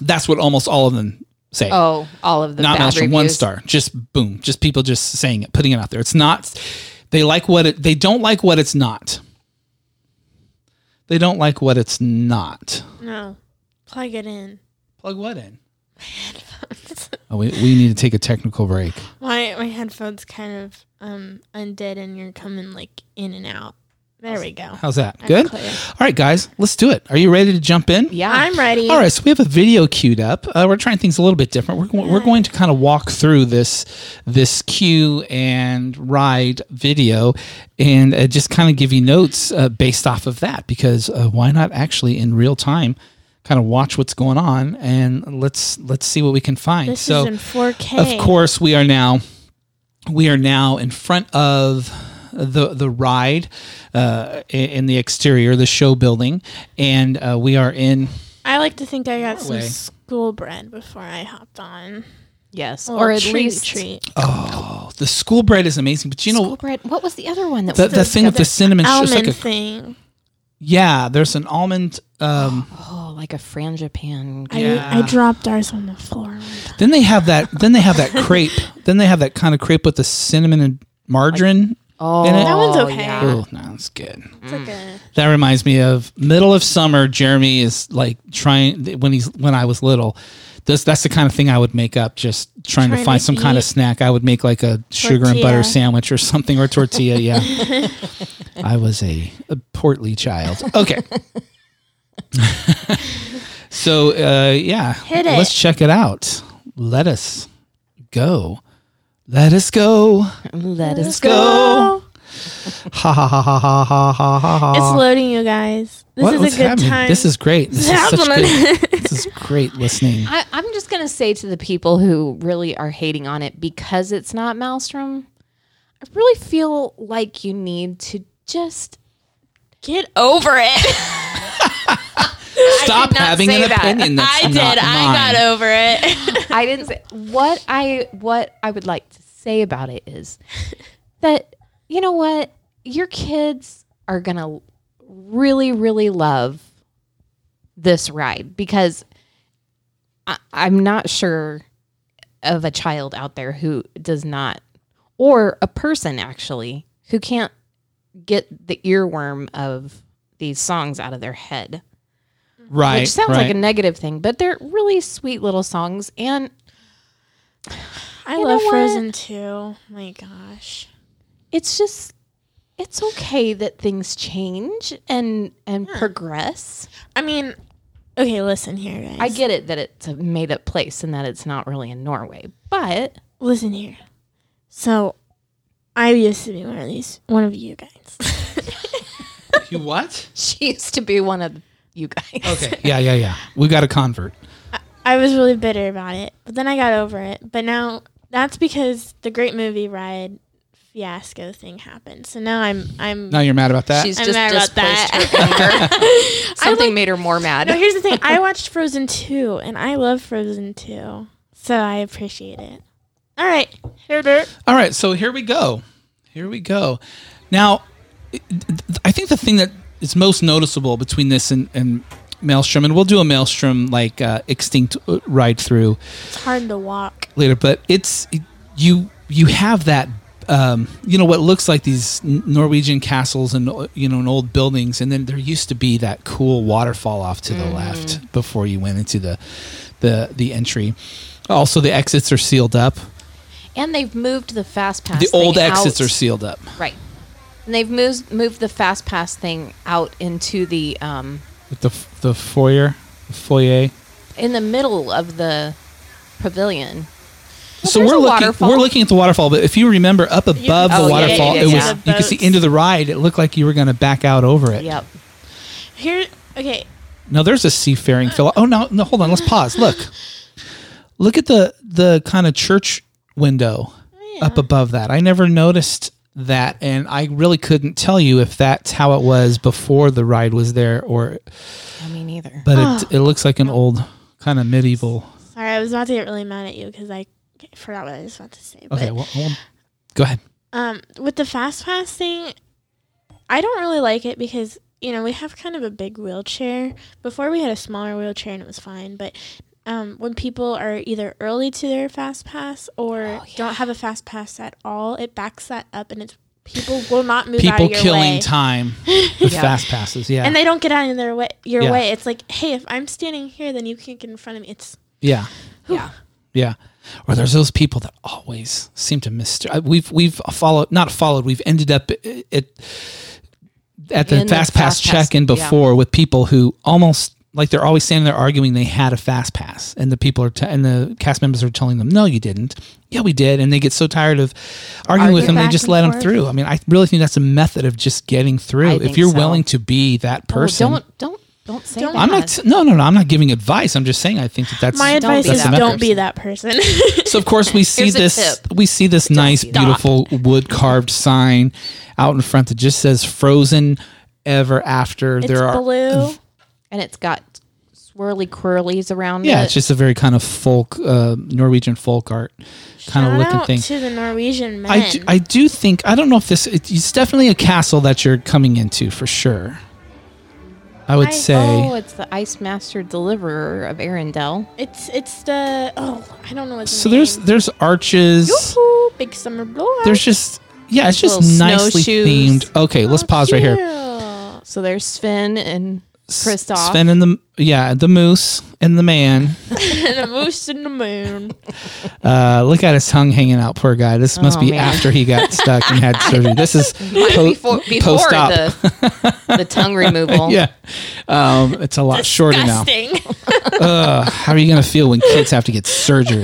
[SPEAKER 2] That's what almost all of them say.
[SPEAKER 3] Oh, all of the
[SPEAKER 2] not
[SPEAKER 3] bad
[SPEAKER 2] Maelstrom, one
[SPEAKER 3] reviews.
[SPEAKER 2] star. Just boom, just people just saying it, putting it out there. It's not. They like what it. They don't like what it's not. They don't like what it's not.
[SPEAKER 4] no, plug it in. <laughs>
[SPEAKER 2] Plug what in? Oh, we, we need to take a technical break.
[SPEAKER 4] my my headphones kind of um undead, and you're coming like in and out. There we go.
[SPEAKER 2] How's that? Good?
[SPEAKER 4] clear.
[SPEAKER 2] All right, guys, let's do it. Are you ready to jump in?
[SPEAKER 3] Yeah.
[SPEAKER 4] I'm ready.
[SPEAKER 2] All right, so we have a video queued up. Uh, we're trying things a little bit different. We're, go- we're going to kind of walk through this this queue and ride video, and uh, just kind of give you notes uh, based off of that. Because uh, why not actually in real time, kind of watch what's going on, and let's let's see what we can find.
[SPEAKER 4] This
[SPEAKER 2] so
[SPEAKER 4] is in 4K.
[SPEAKER 2] of course we are now we are now in front of the the ride uh, i- in the exterior the show building and uh, we are in
[SPEAKER 4] I like to think I got some
[SPEAKER 2] Way.
[SPEAKER 4] school bread before I hopped on,
[SPEAKER 3] Yes.
[SPEAKER 4] A
[SPEAKER 3] Or
[SPEAKER 4] little
[SPEAKER 3] at
[SPEAKER 4] treat,
[SPEAKER 3] least
[SPEAKER 4] treat.
[SPEAKER 2] oh the school bread is amazing but you
[SPEAKER 3] School
[SPEAKER 2] know
[SPEAKER 3] bread. What was the other one that
[SPEAKER 2] the,
[SPEAKER 3] was
[SPEAKER 2] the thing with the cinnamon sh-
[SPEAKER 4] almond
[SPEAKER 2] it's like a,
[SPEAKER 4] thing.
[SPEAKER 2] yeah there's an almond um,
[SPEAKER 3] Oh, like a frangipan.
[SPEAKER 4] I,
[SPEAKER 2] Yeah.
[SPEAKER 4] I dropped ours on the floor. one time.
[SPEAKER 2] then they have that then they have that crepe then they have that kind of crepe with the cinnamon and margarine
[SPEAKER 3] Oh,
[SPEAKER 2] And it- That
[SPEAKER 4] one's okay.
[SPEAKER 3] yeah.
[SPEAKER 2] oh no it's good
[SPEAKER 4] It's like a
[SPEAKER 2] That reminds me of middle of summer. Jeremy is like trying when he's when I was little. This that's the kind of thing I would make up. Just trying, to
[SPEAKER 4] Trying
[SPEAKER 2] find
[SPEAKER 4] to
[SPEAKER 2] some kind of
[SPEAKER 4] eat
[SPEAKER 2] snack. I would make like a sugar and butter
[SPEAKER 4] Tortilla.
[SPEAKER 2] sandwich or something or tortilla. Yeah,
[SPEAKER 4] <laughs>
[SPEAKER 2] I was a, a portly child. Okay. <laughs> so uh, yeah,
[SPEAKER 4] Hit
[SPEAKER 2] let's
[SPEAKER 4] it.
[SPEAKER 2] check it out. Let us go. Let us go.
[SPEAKER 3] Let us
[SPEAKER 2] go. Go. Ha ha ha ha ha ha ha ha. ha.
[SPEAKER 4] It's loading, you guys. This
[SPEAKER 2] What-
[SPEAKER 4] is
[SPEAKER 2] what's
[SPEAKER 4] a good
[SPEAKER 2] happening?
[SPEAKER 4] time.
[SPEAKER 2] This
[SPEAKER 4] <laughs>
[SPEAKER 2] is great. This is, such
[SPEAKER 4] happening.
[SPEAKER 2] good, this is great listening.
[SPEAKER 3] I, I'm just gonna say to the people who really are hating on it because it's not Maelstrom. I really feel like you need to just
[SPEAKER 4] <laughs> Get over it.
[SPEAKER 2] Stop
[SPEAKER 3] not
[SPEAKER 2] having
[SPEAKER 3] say
[SPEAKER 2] an
[SPEAKER 3] that.
[SPEAKER 2] opinion that's
[SPEAKER 4] I did.
[SPEAKER 2] not
[SPEAKER 4] I
[SPEAKER 2] mine.
[SPEAKER 4] got over it.
[SPEAKER 3] I didn't say what I what I would like to say about it is that you know what your kids are gonna really really love this ride because I, I'm not sure of a child out there who does not, or a person actually who can't get the earworm of these songs out of their head
[SPEAKER 2] Right.
[SPEAKER 3] which sounds like
[SPEAKER 2] right.
[SPEAKER 3] a negative thing, but they're really sweet little songs. And
[SPEAKER 4] I
[SPEAKER 3] You
[SPEAKER 4] love
[SPEAKER 3] know what?
[SPEAKER 4] Frozen too. Oh My gosh.
[SPEAKER 3] it's just, it's okay that things change and and progress.
[SPEAKER 4] I mean, okay, listen here, guys.
[SPEAKER 3] I get it that it's a made up place and that it's not really in Norway, but <laughs>
[SPEAKER 4] listen here. So, I used to be one of these, one of you guys. <laughs>
[SPEAKER 2] You what?
[SPEAKER 3] she used to be one of you guys.
[SPEAKER 2] Okay. <laughs> Yeah, yeah, yeah. We got a convert.
[SPEAKER 4] I was really bitter about it, but then I got over it. But now that's because the great movie ride fiasco thing happened. So now I'm I'm
[SPEAKER 2] Now you're mad about that.
[SPEAKER 3] She's
[SPEAKER 4] I'm
[SPEAKER 3] just
[SPEAKER 4] mad about
[SPEAKER 3] displaced her anger. <laughs> Something made her more mad.
[SPEAKER 4] No, here's the thing. I watched Frozen 2 and I love Frozen 2. So I appreciate it. All right. Herbert.
[SPEAKER 2] All right, so here we go. Here we go. Now, it- th- I think the thing that is most noticeable between this and, and Maelstrom, and we'll do a Maelstrom like uh, extinct uh, ride through
[SPEAKER 4] It's hard to walk.
[SPEAKER 2] later, but it's you you have that um, you know what looks like these N- Norwegian castles and uh, you know and old buildings, and then there used to be that cool waterfall off to
[SPEAKER 3] Mm-hmm.
[SPEAKER 2] the left before you went into the the the entry. Also, the exits are sealed up.
[SPEAKER 3] And they've moved the fast pass.
[SPEAKER 2] The old
[SPEAKER 3] thing
[SPEAKER 2] exits
[SPEAKER 3] out.
[SPEAKER 2] are sealed up.
[SPEAKER 3] right. And they've moved moved the fast pass thing out into the um,
[SPEAKER 2] with the the foyer, the foyer.
[SPEAKER 3] in the middle of the pavilion.
[SPEAKER 2] so
[SPEAKER 3] there's
[SPEAKER 2] we're
[SPEAKER 3] a
[SPEAKER 2] looking
[SPEAKER 3] waterfall.
[SPEAKER 2] we're looking at the waterfall, but if you remember up above
[SPEAKER 3] Oh,
[SPEAKER 2] the
[SPEAKER 3] yeah,
[SPEAKER 2] waterfall,
[SPEAKER 3] yeah,
[SPEAKER 2] it was
[SPEAKER 3] yeah.
[SPEAKER 2] you could see into the ride. It looked like you were going to back out over it.
[SPEAKER 3] Yep.
[SPEAKER 4] Here. Okay.
[SPEAKER 2] No, there's a seafaring fellow. Oh no, no, hold on. Let's pause. Look, look at the the kind of church window
[SPEAKER 4] Oh,
[SPEAKER 2] up above that. I never noticed that, and I really couldn't tell you if that's how it was before the ride was there, or
[SPEAKER 3] I mean, either.
[SPEAKER 2] but it it looks like an old kind of medieval.
[SPEAKER 4] Sorry, I was about to get really mad at you because I forgot what I was about to say. But
[SPEAKER 2] Okay, well, well go ahead.
[SPEAKER 4] um, with the fast pass thing, I don't really like it because you know we have kind of a big wheelchair. Before we had a smaller wheelchair and it was fine, but um, when people are either early to their fast pass or don't have a fast pass at all, it backs that up, and it's people will not move out
[SPEAKER 2] people
[SPEAKER 4] of your
[SPEAKER 2] killing
[SPEAKER 4] way.
[SPEAKER 2] time
[SPEAKER 4] <laughs>
[SPEAKER 2] with fast passes. Yeah,
[SPEAKER 4] and they don't get out of their way. Your
[SPEAKER 2] Yeah.
[SPEAKER 4] way. It's like, hey, if I'm standing here, then you can't get in front of me. It's
[SPEAKER 2] yeah,
[SPEAKER 3] yeah.
[SPEAKER 2] yeah. Or there's those people that always seem to miss. I- We've we've followed, not followed. We've ended up i- at at the
[SPEAKER 3] In the
[SPEAKER 2] fast pass
[SPEAKER 3] fast pass,
[SPEAKER 2] check-in
[SPEAKER 3] yeah.
[SPEAKER 2] before with people who almost like they're always standing there arguing they had a fast pass, and the people are t- and the cast members are telling them, "No, you didn't." Yeah, we did, and they get so tired of arguing with them,
[SPEAKER 4] Arguing
[SPEAKER 2] they
[SPEAKER 4] back
[SPEAKER 2] just
[SPEAKER 4] and
[SPEAKER 2] let them
[SPEAKER 4] forth.
[SPEAKER 2] through. I mean, I really think that's a method of just getting through.
[SPEAKER 3] I
[SPEAKER 2] If
[SPEAKER 3] think
[SPEAKER 2] you're
[SPEAKER 3] so.
[SPEAKER 2] willing to be that
[SPEAKER 3] Well,
[SPEAKER 2] person,
[SPEAKER 3] Oh, don't don't don't say that.
[SPEAKER 2] I'm not. No, no, no. I'm not giving advice. I'm just saying. I think that that's
[SPEAKER 4] my
[SPEAKER 3] Don't
[SPEAKER 4] advice
[SPEAKER 3] be
[SPEAKER 4] is
[SPEAKER 3] that
[SPEAKER 4] don't be
[SPEAKER 2] person.
[SPEAKER 4] that person. <laughs>
[SPEAKER 2] So of course we see
[SPEAKER 3] Here's a
[SPEAKER 2] this.
[SPEAKER 3] tip.
[SPEAKER 2] We see this nice,
[SPEAKER 3] stop.
[SPEAKER 2] beautiful wood carved sign out in front that just says "Frozen Ever After."
[SPEAKER 4] it's
[SPEAKER 2] there are
[SPEAKER 4] blue.
[SPEAKER 3] and it's got swirly quirlies around
[SPEAKER 2] yeah,
[SPEAKER 3] it.
[SPEAKER 2] it's just a very kind of folk uh, Norwegian folk art kind of
[SPEAKER 4] Shout
[SPEAKER 2] looking
[SPEAKER 4] out
[SPEAKER 2] thing.
[SPEAKER 4] to the Norwegian men.
[SPEAKER 2] I do, I do think I don't know if this it, it's definitely a castle that you're coming into for sure. I would
[SPEAKER 4] I-
[SPEAKER 2] say
[SPEAKER 3] oh, it's the Ice Master Deliverer of Arendelle.
[SPEAKER 4] It's it's the oh I don't know what's
[SPEAKER 2] so. There's there's arches.
[SPEAKER 4] Yoo-hoo, big summer blowout.
[SPEAKER 2] There's just yeah, it's just
[SPEAKER 3] Little
[SPEAKER 2] nicely
[SPEAKER 3] snowshoes.
[SPEAKER 2] themed. Okay, let's pause right here.
[SPEAKER 4] here.
[SPEAKER 3] So there's Sven and Kristoff.
[SPEAKER 2] Sven and the yeah, the moose and the man.
[SPEAKER 4] and a moose in
[SPEAKER 2] <laughs>
[SPEAKER 4] the moon.
[SPEAKER 2] Uh, look at his tongue hanging out. Poor guy. This must
[SPEAKER 3] Oh,
[SPEAKER 2] be
[SPEAKER 3] man.
[SPEAKER 2] after he got
[SPEAKER 3] <laughs>
[SPEAKER 2] stuck and had surgery. This is po-
[SPEAKER 3] before before
[SPEAKER 2] post-op.
[SPEAKER 3] the
[SPEAKER 2] <laughs>
[SPEAKER 3] the tongue removal.
[SPEAKER 2] yeah. Um, it's a lot shorter now.
[SPEAKER 4] Disgusting.
[SPEAKER 2] <laughs> Ugh, how are you gonna feel when kids have to get
[SPEAKER 4] <laughs>
[SPEAKER 2] surgery?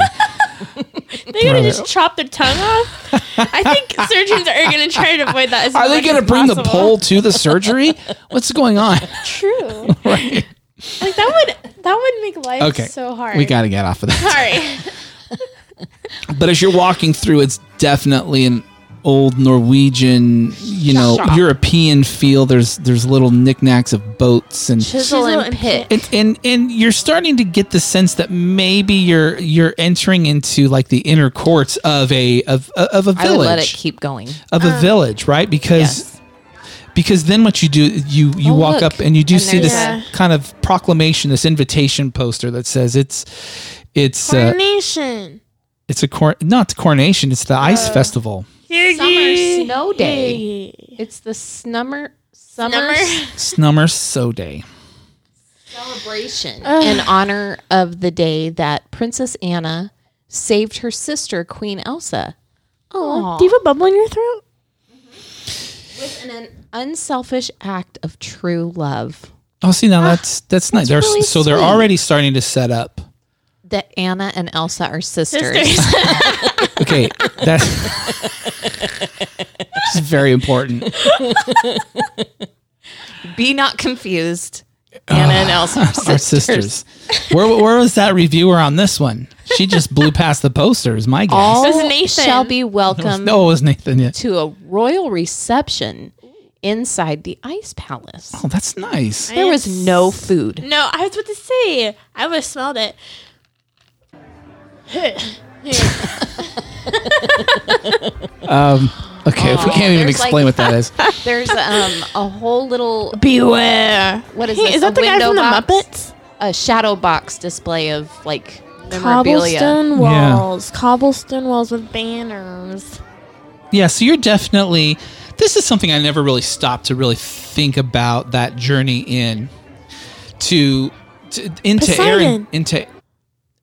[SPEAKER 4] They're gonna just chop their tongue off. I
[SPEAKER 2] <laughs>
[SPEAKER 4] think surgeons are gonna try to avoid that. As
[SPEAKER 2] Are they
[SPEAKER 4] much
[SPEAKER 2] gonna
[SPEAKER 4] as
[SPEAKER 2] bring the
[SPEAKER 4] possible.
[SPEAKER 2] pole to the surgery? What's going on?
[SPEAKER 4] <laughs> True. Like that would that would make life
[SPEAKER 2] Okay.
[SPEAKER 4] so hard.
[SPEAKER 2] We gotta <laughs>
[SPEAKER 4] <laughs>
[SPEAKER 2] get off of that.
[SPEAKER 4] Sorry.
[SPEAKER 2] But as you're walking through, it's definitely an old Norwegian, you know,
[SPEAKER 3] Shop.
[SPEAKER 2] European feel. There's there's little knickknacks of boats and
[SPEAKER 3] Chisel,
[SPEAKER 4] Chisel
[SPEAKER 3] and
[SPEAKER 4] and
[SPEAKER 3] pick.
[SPEAKER 2] and, and and you're starting to get the sense that maybe you're you're entering into like the inner courts of a of of a
[SPEAKER 3] I would let it
[SPEAKER 2] village
[SPEAKER 3] keep going.
[SPEAKER 2] of
[SPEAKER 3] Uh,
[SPEAKER 2] a village, right? Because
[SPEAKER 3] Yes.
[SPEAKER 2] because then what you do you you
[SPEAKER 3] Oh,
[SPEAKER 2] walk
[SPEAKER 3] look.
[SPEAKER 2] up and you do
[SPEAKER 3] And
[SPEAKER 2] see
[SPEAKER 3] there's
[SPEAKER 2] this
[SPEAKER 4] a-
[SPEAKER 2] kind of proclamation, this invitation poster that says it's it's uh,
[SPEAKER 4] Coronation.
[SPEAKER 2] it's a corn not coronation, it's the ice
[SPEAKER 3] Uh.
[SPEAKER 2] festival.
[SPEAKER 3] Summer snow day. It's the snummer summer
[SPEAKER 4] Snummer.
[SPEAKER 2] Snummer So Day.
[SPEAKER 3] celebration <sighs> in honor of the day that Princess Anna saved her sister Queen Elsa.
[SPEAKER 4] Oh, do you have a bubble in your throat?
[SPEAKER 3] with an, an unselfish act of true love
[SPEAKER 2] Oh, see now that's that's nice. They're,
[SPEAKER 3] Ah, really
[SPEAKER 2] so they're
[SPEAKER 3] sweet.
[SPEAKER 2] already starting to set up.
[SPEAKER 3] that Anna and Elsa are sisters.
[SPEAKER 2] Okay, that's <laughs> this is very important.
[SPEAKER 3] <laughs> Be not confused. Anna and Elsa are sisters.
[SPEAKER 2] Ah, Our sisters. Where where was that reviewer on this one? She just blew past the posters. My guess.
[SPEAKER 4] It was
[SPEAKER 3] All
[SPEAKER 4] Nathan.
[SPEAKER 3] shall be
[SPEAKER 2] <laughs>
[SPEAKER 3] welcome
[SPEAKER 2] no, it was Nathan. Yeah.
[SPEAKER 3] to a royal reception inside the ice palace.
[SPEAKER 2] Oh, that's nice.
[SPEAKER 3] There was no food.
[SPEAKER 4] No, I was about to say. I would have smelled it.
[SPEAKER 2] Okay, if we can't even
[SPEAKER 3] there's like-
[SPEAKER 2] explain what that
[SPEAKER 3] <laughs>
[SPEAKER 2] is.
[SPEAKER 3] <laughs> There's um a whole little
[SPEAKER 4] Beware.
[SPEAKER 3] What is
[SPEAKER 4] Hey,
[SPEAKER 3] this,
[SPEAKER 4] Is that
[SPEAKER 3] a
[SPEAKER 4] the guy
[SPEAKER 3] window
[SPEAKER 4] from
[SPEAKER 3] box?
[SPEAKER 4] the Muppets?
[SPEAKER 3] a shadow box display of like memorabilia.
[SPEAKER 4] Cobblestone
[SPEAKER 2] Yeah.
[SPEAKER 4] walls. Cobblestone walls with banners.
[SPEAKER 2] Yeah, so you're definitely. This is something I never really stopped to really think about that journey in to, to into Aaron
[SPEAKER 4] Poseidon.
[SPEAKER 2] into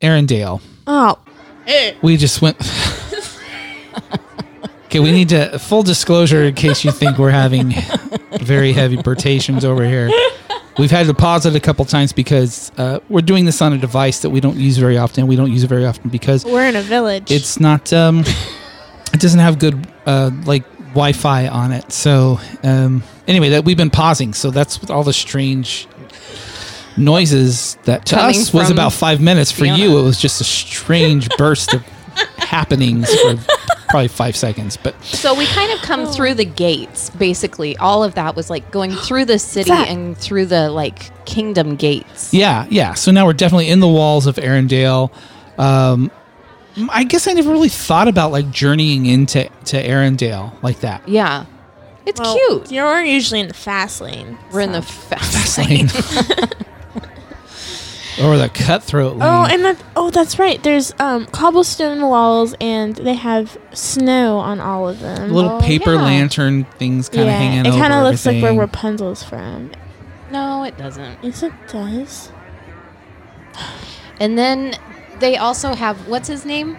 [SPEAKER 2] Arendale.
[SPEAKER 4] Oh.
[SPEAKER 2] We just went. okay, we need to full disclosure in case you think we're having very heavy pertations over here. We've had to pause it a couple times because uh, we're doing this on a device that we don't use very often. We don't use it very often because
[SPEAKER 4] We're in a village.
[SPEAKER 2] it's not um it doesn't have good uh like wi-fi on it so um anyway that we've been pausing so that's with all the strange noises that to
[SPEAKER 3] Coming
[SPEAKER 2] us was
[SPEAKER 3] from
[SPEAKER 2] about five minutes for you
[SPEAKER 3] Fiona.
[SPEAKER 2] it was just a
[SPEAKER 3] <laughs>
[SPEAKER 2] strange burst of happenings for probably five seconds but
[SPEAKER 3] So we kind of come through the gates. Basically, all of that was like going through the city
[SPEAKER 4] that?
[SPEAKER 3] and through the like kingdom gates.
[SPEAKER 2] yeah yeah so now we're definitely in the walls of arendelle um I guess I never really thought about like journeying into to Arendelle like that.
[SPEAKER 3] Yeah, it's
[SPEAKER 4] Well,
[SPEAKER 3] cute.
[SPEAKER 4] You're usually in the fast lane.
[SPEAKER 3] We're in the fast.
[SPEAKER 2] fast lane. or the cutthroat lane.
[SPEAKER 4] Oh, and that oh, that's right. There's um cobblestone walls, and they have snow on all of them.
[SPEAKER 2] little
[SPEAKER 3] oh,
[SPEAKER 2] paper
[SPEAKER 3] yeah.
[SPEAKER 2] lantern things kind of hanging
[SPEAKER 4] it
[SPEAKER 2] kind of
[SPEAKER 4] looks like where Rapunzel's from.
[SPEAKER 3] No, it doesn't.
[SPEAKER 4] Yes, it does.
[SPEAKER 3] And then they also have what's his name?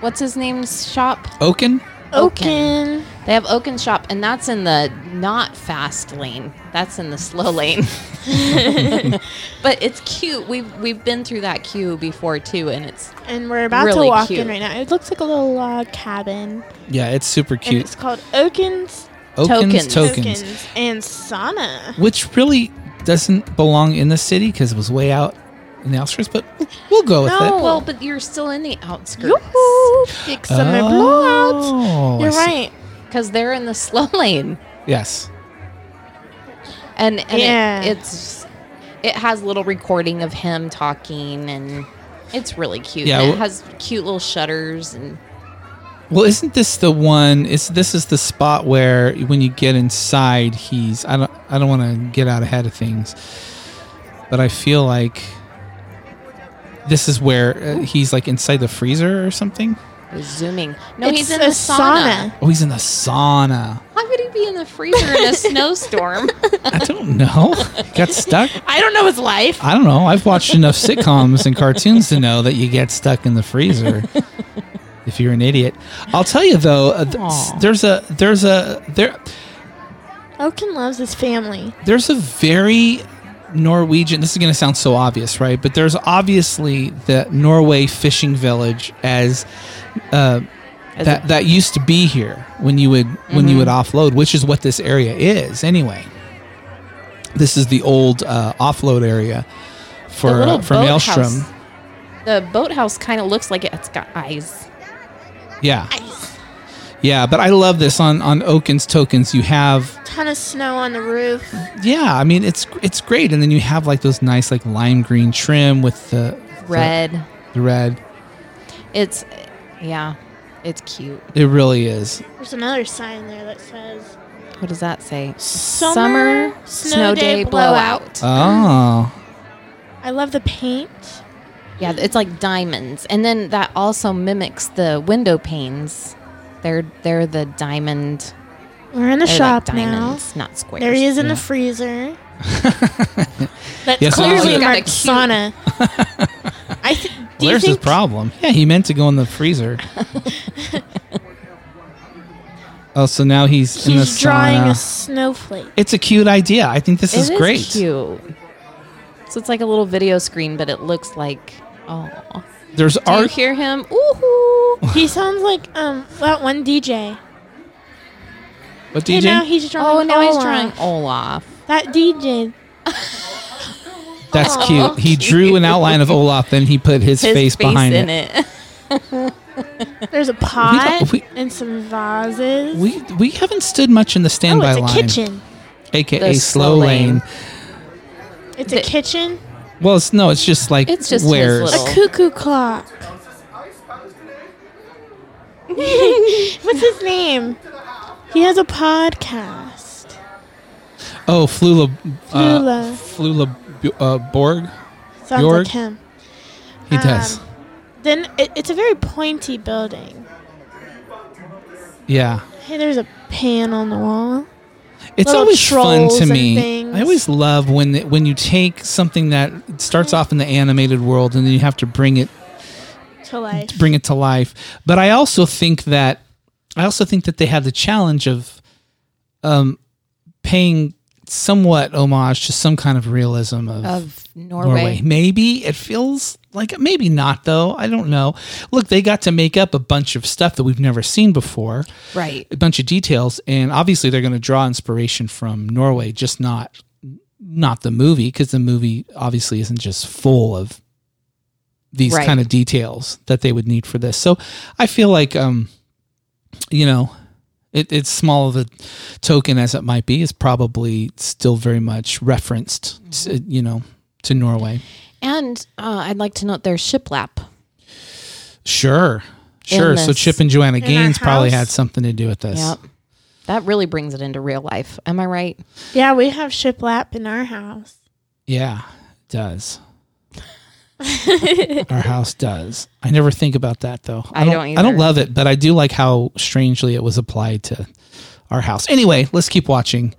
[SPEAKER 3] What's his name's shop?
[SPEAKER 2] Oaken?
[SPEAKER 4] Oaken.
[SPEAKER 3] They have Oaken shop, and that's in the not fast lane. That's in the slow
[SPEAKER 4] <laughs>
[SPEAKER 3] lane. but it's cute. We've we've been through that queue before too, and it's
[SPEAKER 4] And we're about
[SPEAKER 3] Really
[SPEAKER 4] to walk
[SPEAKER 3] cute.
[SPEAKER 4] in right now. It looks like a little log cabin,
[SPEAKER 2] Yeah, it's super
[SPEAKER 4] and
[SPEAKER 2] cute.
[SPEAKER 4] it's called Oaken's
[SPEAKER 2] Oaken's tokens.
[SPEAKER 3] Tokens.
[SPEAKER 4] Oaken's and Sauna.
[SPEAKER 2] Which really doesn't belong in the city because it was way out in the outskirts, but we'll go with
[SPEAKER 4] No.
[SPEAKER 2] it.
[SPEAKER 3] well, but you're still in the outskirts
[SPEAKER 4] Yoo-hoo. Big summer blowouts.
[SPEAKER 2] Oh, I
[SPEAKER 4] You're
[SPEAKER 2] see.
[SPEAKER 4] right.
[SPEAKER 3] because they're in the slow lane,
[SPEAKER 2] Yes.
[SPEAKER 3] and and
[SPEAKER 4] Yeah.
[SPEAKER 3] it, it's it has little recording of him talking, and it's really cute.
[SPEAKER 2] Yeah,
[SPEAKER 3] and it
[SPEAKER 2] well-
[SPEAKER 3] has cute little shutters, and
[SPEAKER 2] Well, isn't this the one? Is this is the spot where when you get inside, he's I don't I don't want to get out ahead of things, but I feel like this is where uh, he's like inside the freezer or something.
[SPEAKER 3] it's zooming. No,
[SPEAKER 4] It's
[SPEAKER 3] he's in
[SPEAKER 4] a
[SPEAKER 3] the sauna.
[SPEAKER 2] Oh, he's in the sauna.
[SPEAKER 3] How could he be in the freezer
[SPEAKER 4] <laughs>
[SPEAKER 3] in a snowstorm?
[SPEAKER 2] I don't <laughs> know. Got stuck.
[SPEAKER 4] I don't know his life.
[SPEAKER 2] I don't know. I've watched enough sitcoms and cartoons to know that you get stuck in the freezer if you're an idiot. I'll tell you though, uh, th-
[SPEAKER 3] Aw.
[SPEAKER 2] there's a there's a there
[SPEAKER 4] Oaken loves his family.
[SPEAKER 2] there's a very Norwegian. This is going to sound so obvious, right? But there's obviously the Norway fishing village as, uh, that that used to be here when you would when
[SPEAKER 3] Mm-hmm.
[SPEAKER 2] you would offload, which is what this area is anyway. This is the old uh, offload area
[SPEAKER 3] The
[SPEAKER 2] for
[SPEAKER 3] little
[SPEAKER 2] for
[SPEAKER 3] boathouse.
[SPEAKER 2] Maelstrom.
[SPEAKER 3] The boathouse kind of looks like it's got eyes.
[SPEAKER 2] Yeah. Yeah, but I love this on on Oaken's Tokens. You have
[SPEAKER 4] Ton of snow on the roof.
[SPEAKER 2] yeah, I mean it's it's great, and then you have like those nice like lime green trim with the
[SPEAKER 3] Red.
[SPEAKER 2] the, the red.
[SPEAKER 3] It's yeah, it's cute.
[SPEAKER 2] It really is.
[SPEAKER 4] There's another sign there that says
[SPEAKER 3] What does that say?
[SPEAKER 4] Summer Snow Day Blowout.
[SPEAKER 2] Oh,
[SPEAKER 4] I love the paint.
[SPEAKER 3] Yeah, it's like diamonds, and then that also mimics the window panes. They're they're the diamond.
[SPEAKER 4] We're in the
[SPEAKER 3] They're
[SPEAKER 4] shop
[SPEAKER 3] like
[SPEAKER 4] now.
[SPEAKER 3] diamonds, not squares.
[SPEAKER 4] There he is in
[SPEAKER 2] Yeah. <laughs>
[SPEAKER 4] the freezer. That's
[SPEAKER 2] Yes,
[SPEAKER 4] clearly
[SPEAKER 2] also-
[SPEAKER 4] a
[SPEAKER 3] Got a
[SPEAKER 2] <laughs>
[SPEAKER 3] cute-
[SPEAKER 4] sauna. I th- do you
[SPEAKER 2] there's his
[SPEAKER 4] think
[SPEAKER 2] problem. Yeah, he meant to go in the freezer. oh, so now he's, in the
[SPEAKER 4] he's drawing a
[SPEAKER 2] sauna.
[SPEAKER 4] snowflake?
[SPEAKER 2] It's a cute idea. I think this
[SPEAKER 3] It
[SPEAKER 2] is great.
[SPEAKER 3] Cute. So it's like a little video screen, but it looks like oh.
[SPEAKER 2] There's
[SPEAKER 3] Do you
[SPEAKER 2] art.
[SPEAKER 3] hear him? Ooh.
[SPEAKER 4] He sounds like um that one DJ.
[SPEAKER 2] What
[SPEAKER 4] And now
[SPEAKER 2] DJ?
[SPEAKER 4] he's drawing.
[SPEAKER 3] Oh, now he's
[SPEAKER 4] Olaf.
[SPEAKER 3] drawing Olaf.
[SPEAKER 4] that DJ.
[SPEAKER 2] That's cute. He drew an outline of Olaf, then he put his,
[SPEAKER 3] His
[SPEAKER 2] face, behind
[SPEAKER 3] in
[SPEAKER 2] it.
[SPEAKER 3] it. <laughs>
[SPEAKER 4] There's a pot
[SPEAKER 2] <laughs> we-
[SPEAKER 4] and some vases.
[SPEAKER 2] We we haven't stood much in the
[SPEAKER 4] oh,
[SPEAKER 2] standby
[SPEAKER 4] it's a
[SPEAKER 2] line,
[SPEAKER 4] kitchen.
[SPEAKER 2] aka
[SPEAKER 3] The
[SPEAKER 2] slow
[SPEAKER 3] slow
[SPEAKER 2] lane.
[SPEAKER 3] lane.
[SPEAKER 4] It's
[SPEAKER 3] The-
[SPEAKER 4] a kitchen.
[SPEAKER 2] Well, it's, no, it's just like
[SPEAKER 3] It's just his
[SPEAKER 2] where
[SPEAKER 4] A
[SPEAKER 3] little- Oh.
[SPEAKER 4] cuckoo clock. <laughs> What's his name? He has a podcast.
[SPEAKER 2] oh Flula uh,
[SPEAKER 4] Flula.
[SPEAKER 2] Flula Bu- uh, Borg.
[SPEAKER 4] Sounds
[SPEAKER 2] Jorg?
[SPEAKER 4] like him.
[SPEAKER 2] He does.
[SPEAKER 4] Um, Then it, it's a very pointy building.
[SPEAKER 2] Yeah.
[SPEAKER 4] Hey, there's a pan on the wall.
[SPEAKER 2] It's
[SPEAKER 4] little
[SPEAKER 2] always fun
[SPEAKER 4] trolls
[SPEAKER 2] to
[SPEAKER 4] and
[SPEAKER 2] me.
[SPEAKER 4] things.
[SPEAKER 2] I always love when it, when you take something that starts off in the animated world and then you have to bring it
[SPEAKER 4] To life.
[SPEAKER 2] bring it to life. But I also think that I also think that they had the challenge of um, paying somewhat homage to some kind of realism of,
[SPEAKER 3] of Norway.
[SPEAKER 2] Norway. Maybe it feels like maybe not though. I don't know. Look, they got to make up a bunch of stuff that we've never seen before,
[SPEAKER 3] Right.
[SPEAKER 2] a bunch of details, and obviously they're going to draw inspiration from Norway, just not not the movie because the movie obviously isn't just full of these
[SPEAKER 3] Right.
[SPEAKER 2] kind of details that they would need for this. So I feel like, um, you know, it, it's small of a token as it might be is probably still very much referenced, to, you know, to Norway.
[SPEAKER 3] And uh, I'd like to note their shiplap.
[SPEAKER 2] Sure. Sure. So
[SPEAKER 3] Illness.
[SPEAKER 2] Chip and Joanna
[SPEAKER 4] our
[SPEAKER 2] Gaines probably had
[SPEAKER 4] house.
[SPEAKER 2] something to do with this.
[SPEAKER 3] Yep. That really brings it into real life. Am I right?
[SPEAKER 4] Yeah, we have shiplap in our house.
[SPEAKER 2] Yeah, it does. <laughs> Our house does. I never think about that though.
[SPEAKER 3] I don't
[SPEAKER 2] I don't
[SPEAKER 3] either.
[SPEAKER 2] love it, but I do like how strangely it was applied to our house. Anyway, let's keep watching.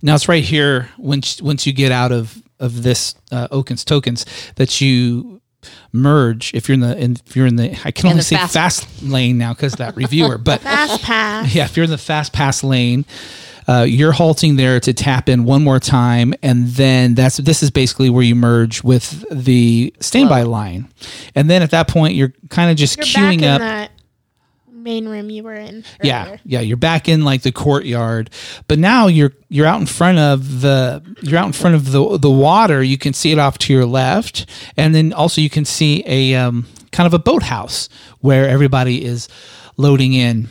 [SPEAKER 2] Now it's right here once once you get out of of this uh, Oaken's tokens that you merge if you're in the in, if you're in the I can
[SPEAKER 3] In
[SPEAKER 2] only
[SPEAKER 3] the
[SPEAKER 2] say fast,
[SPEAKER 3] fast-
[SPEAKER 2] lane now because that reviewer,
[SPEAKER 3] <laughs>
[SPEAKER 2] but
[SPEAKER 4] Fast
[SPEAKER 2] <laughs>
[SPEAKER 4] pass.
[SPEAKER 2] yeah, if you're in the fast pass lane, uh, you're halting there to tap in one more time, and then that's this is basically where you merge with the standby line, and then at that point you're kind of just
[SPEAKER 4] You're back
[SPEAKER 2] queuing
[SPEAKER 4] in
[SPEAKER 2] up.
[SPEAKER 4] that main room you were in.
[SPEAKER 2] Yeah,
[SPEAKER 4] earlier.
[SPEAKER 2] yeah, you're back in like the courtyard, but now you're you're out in front of the you're out in front of the the water. You can see it off to your left, and then also you can see a um, kind of a boathouse where everybody is loading in.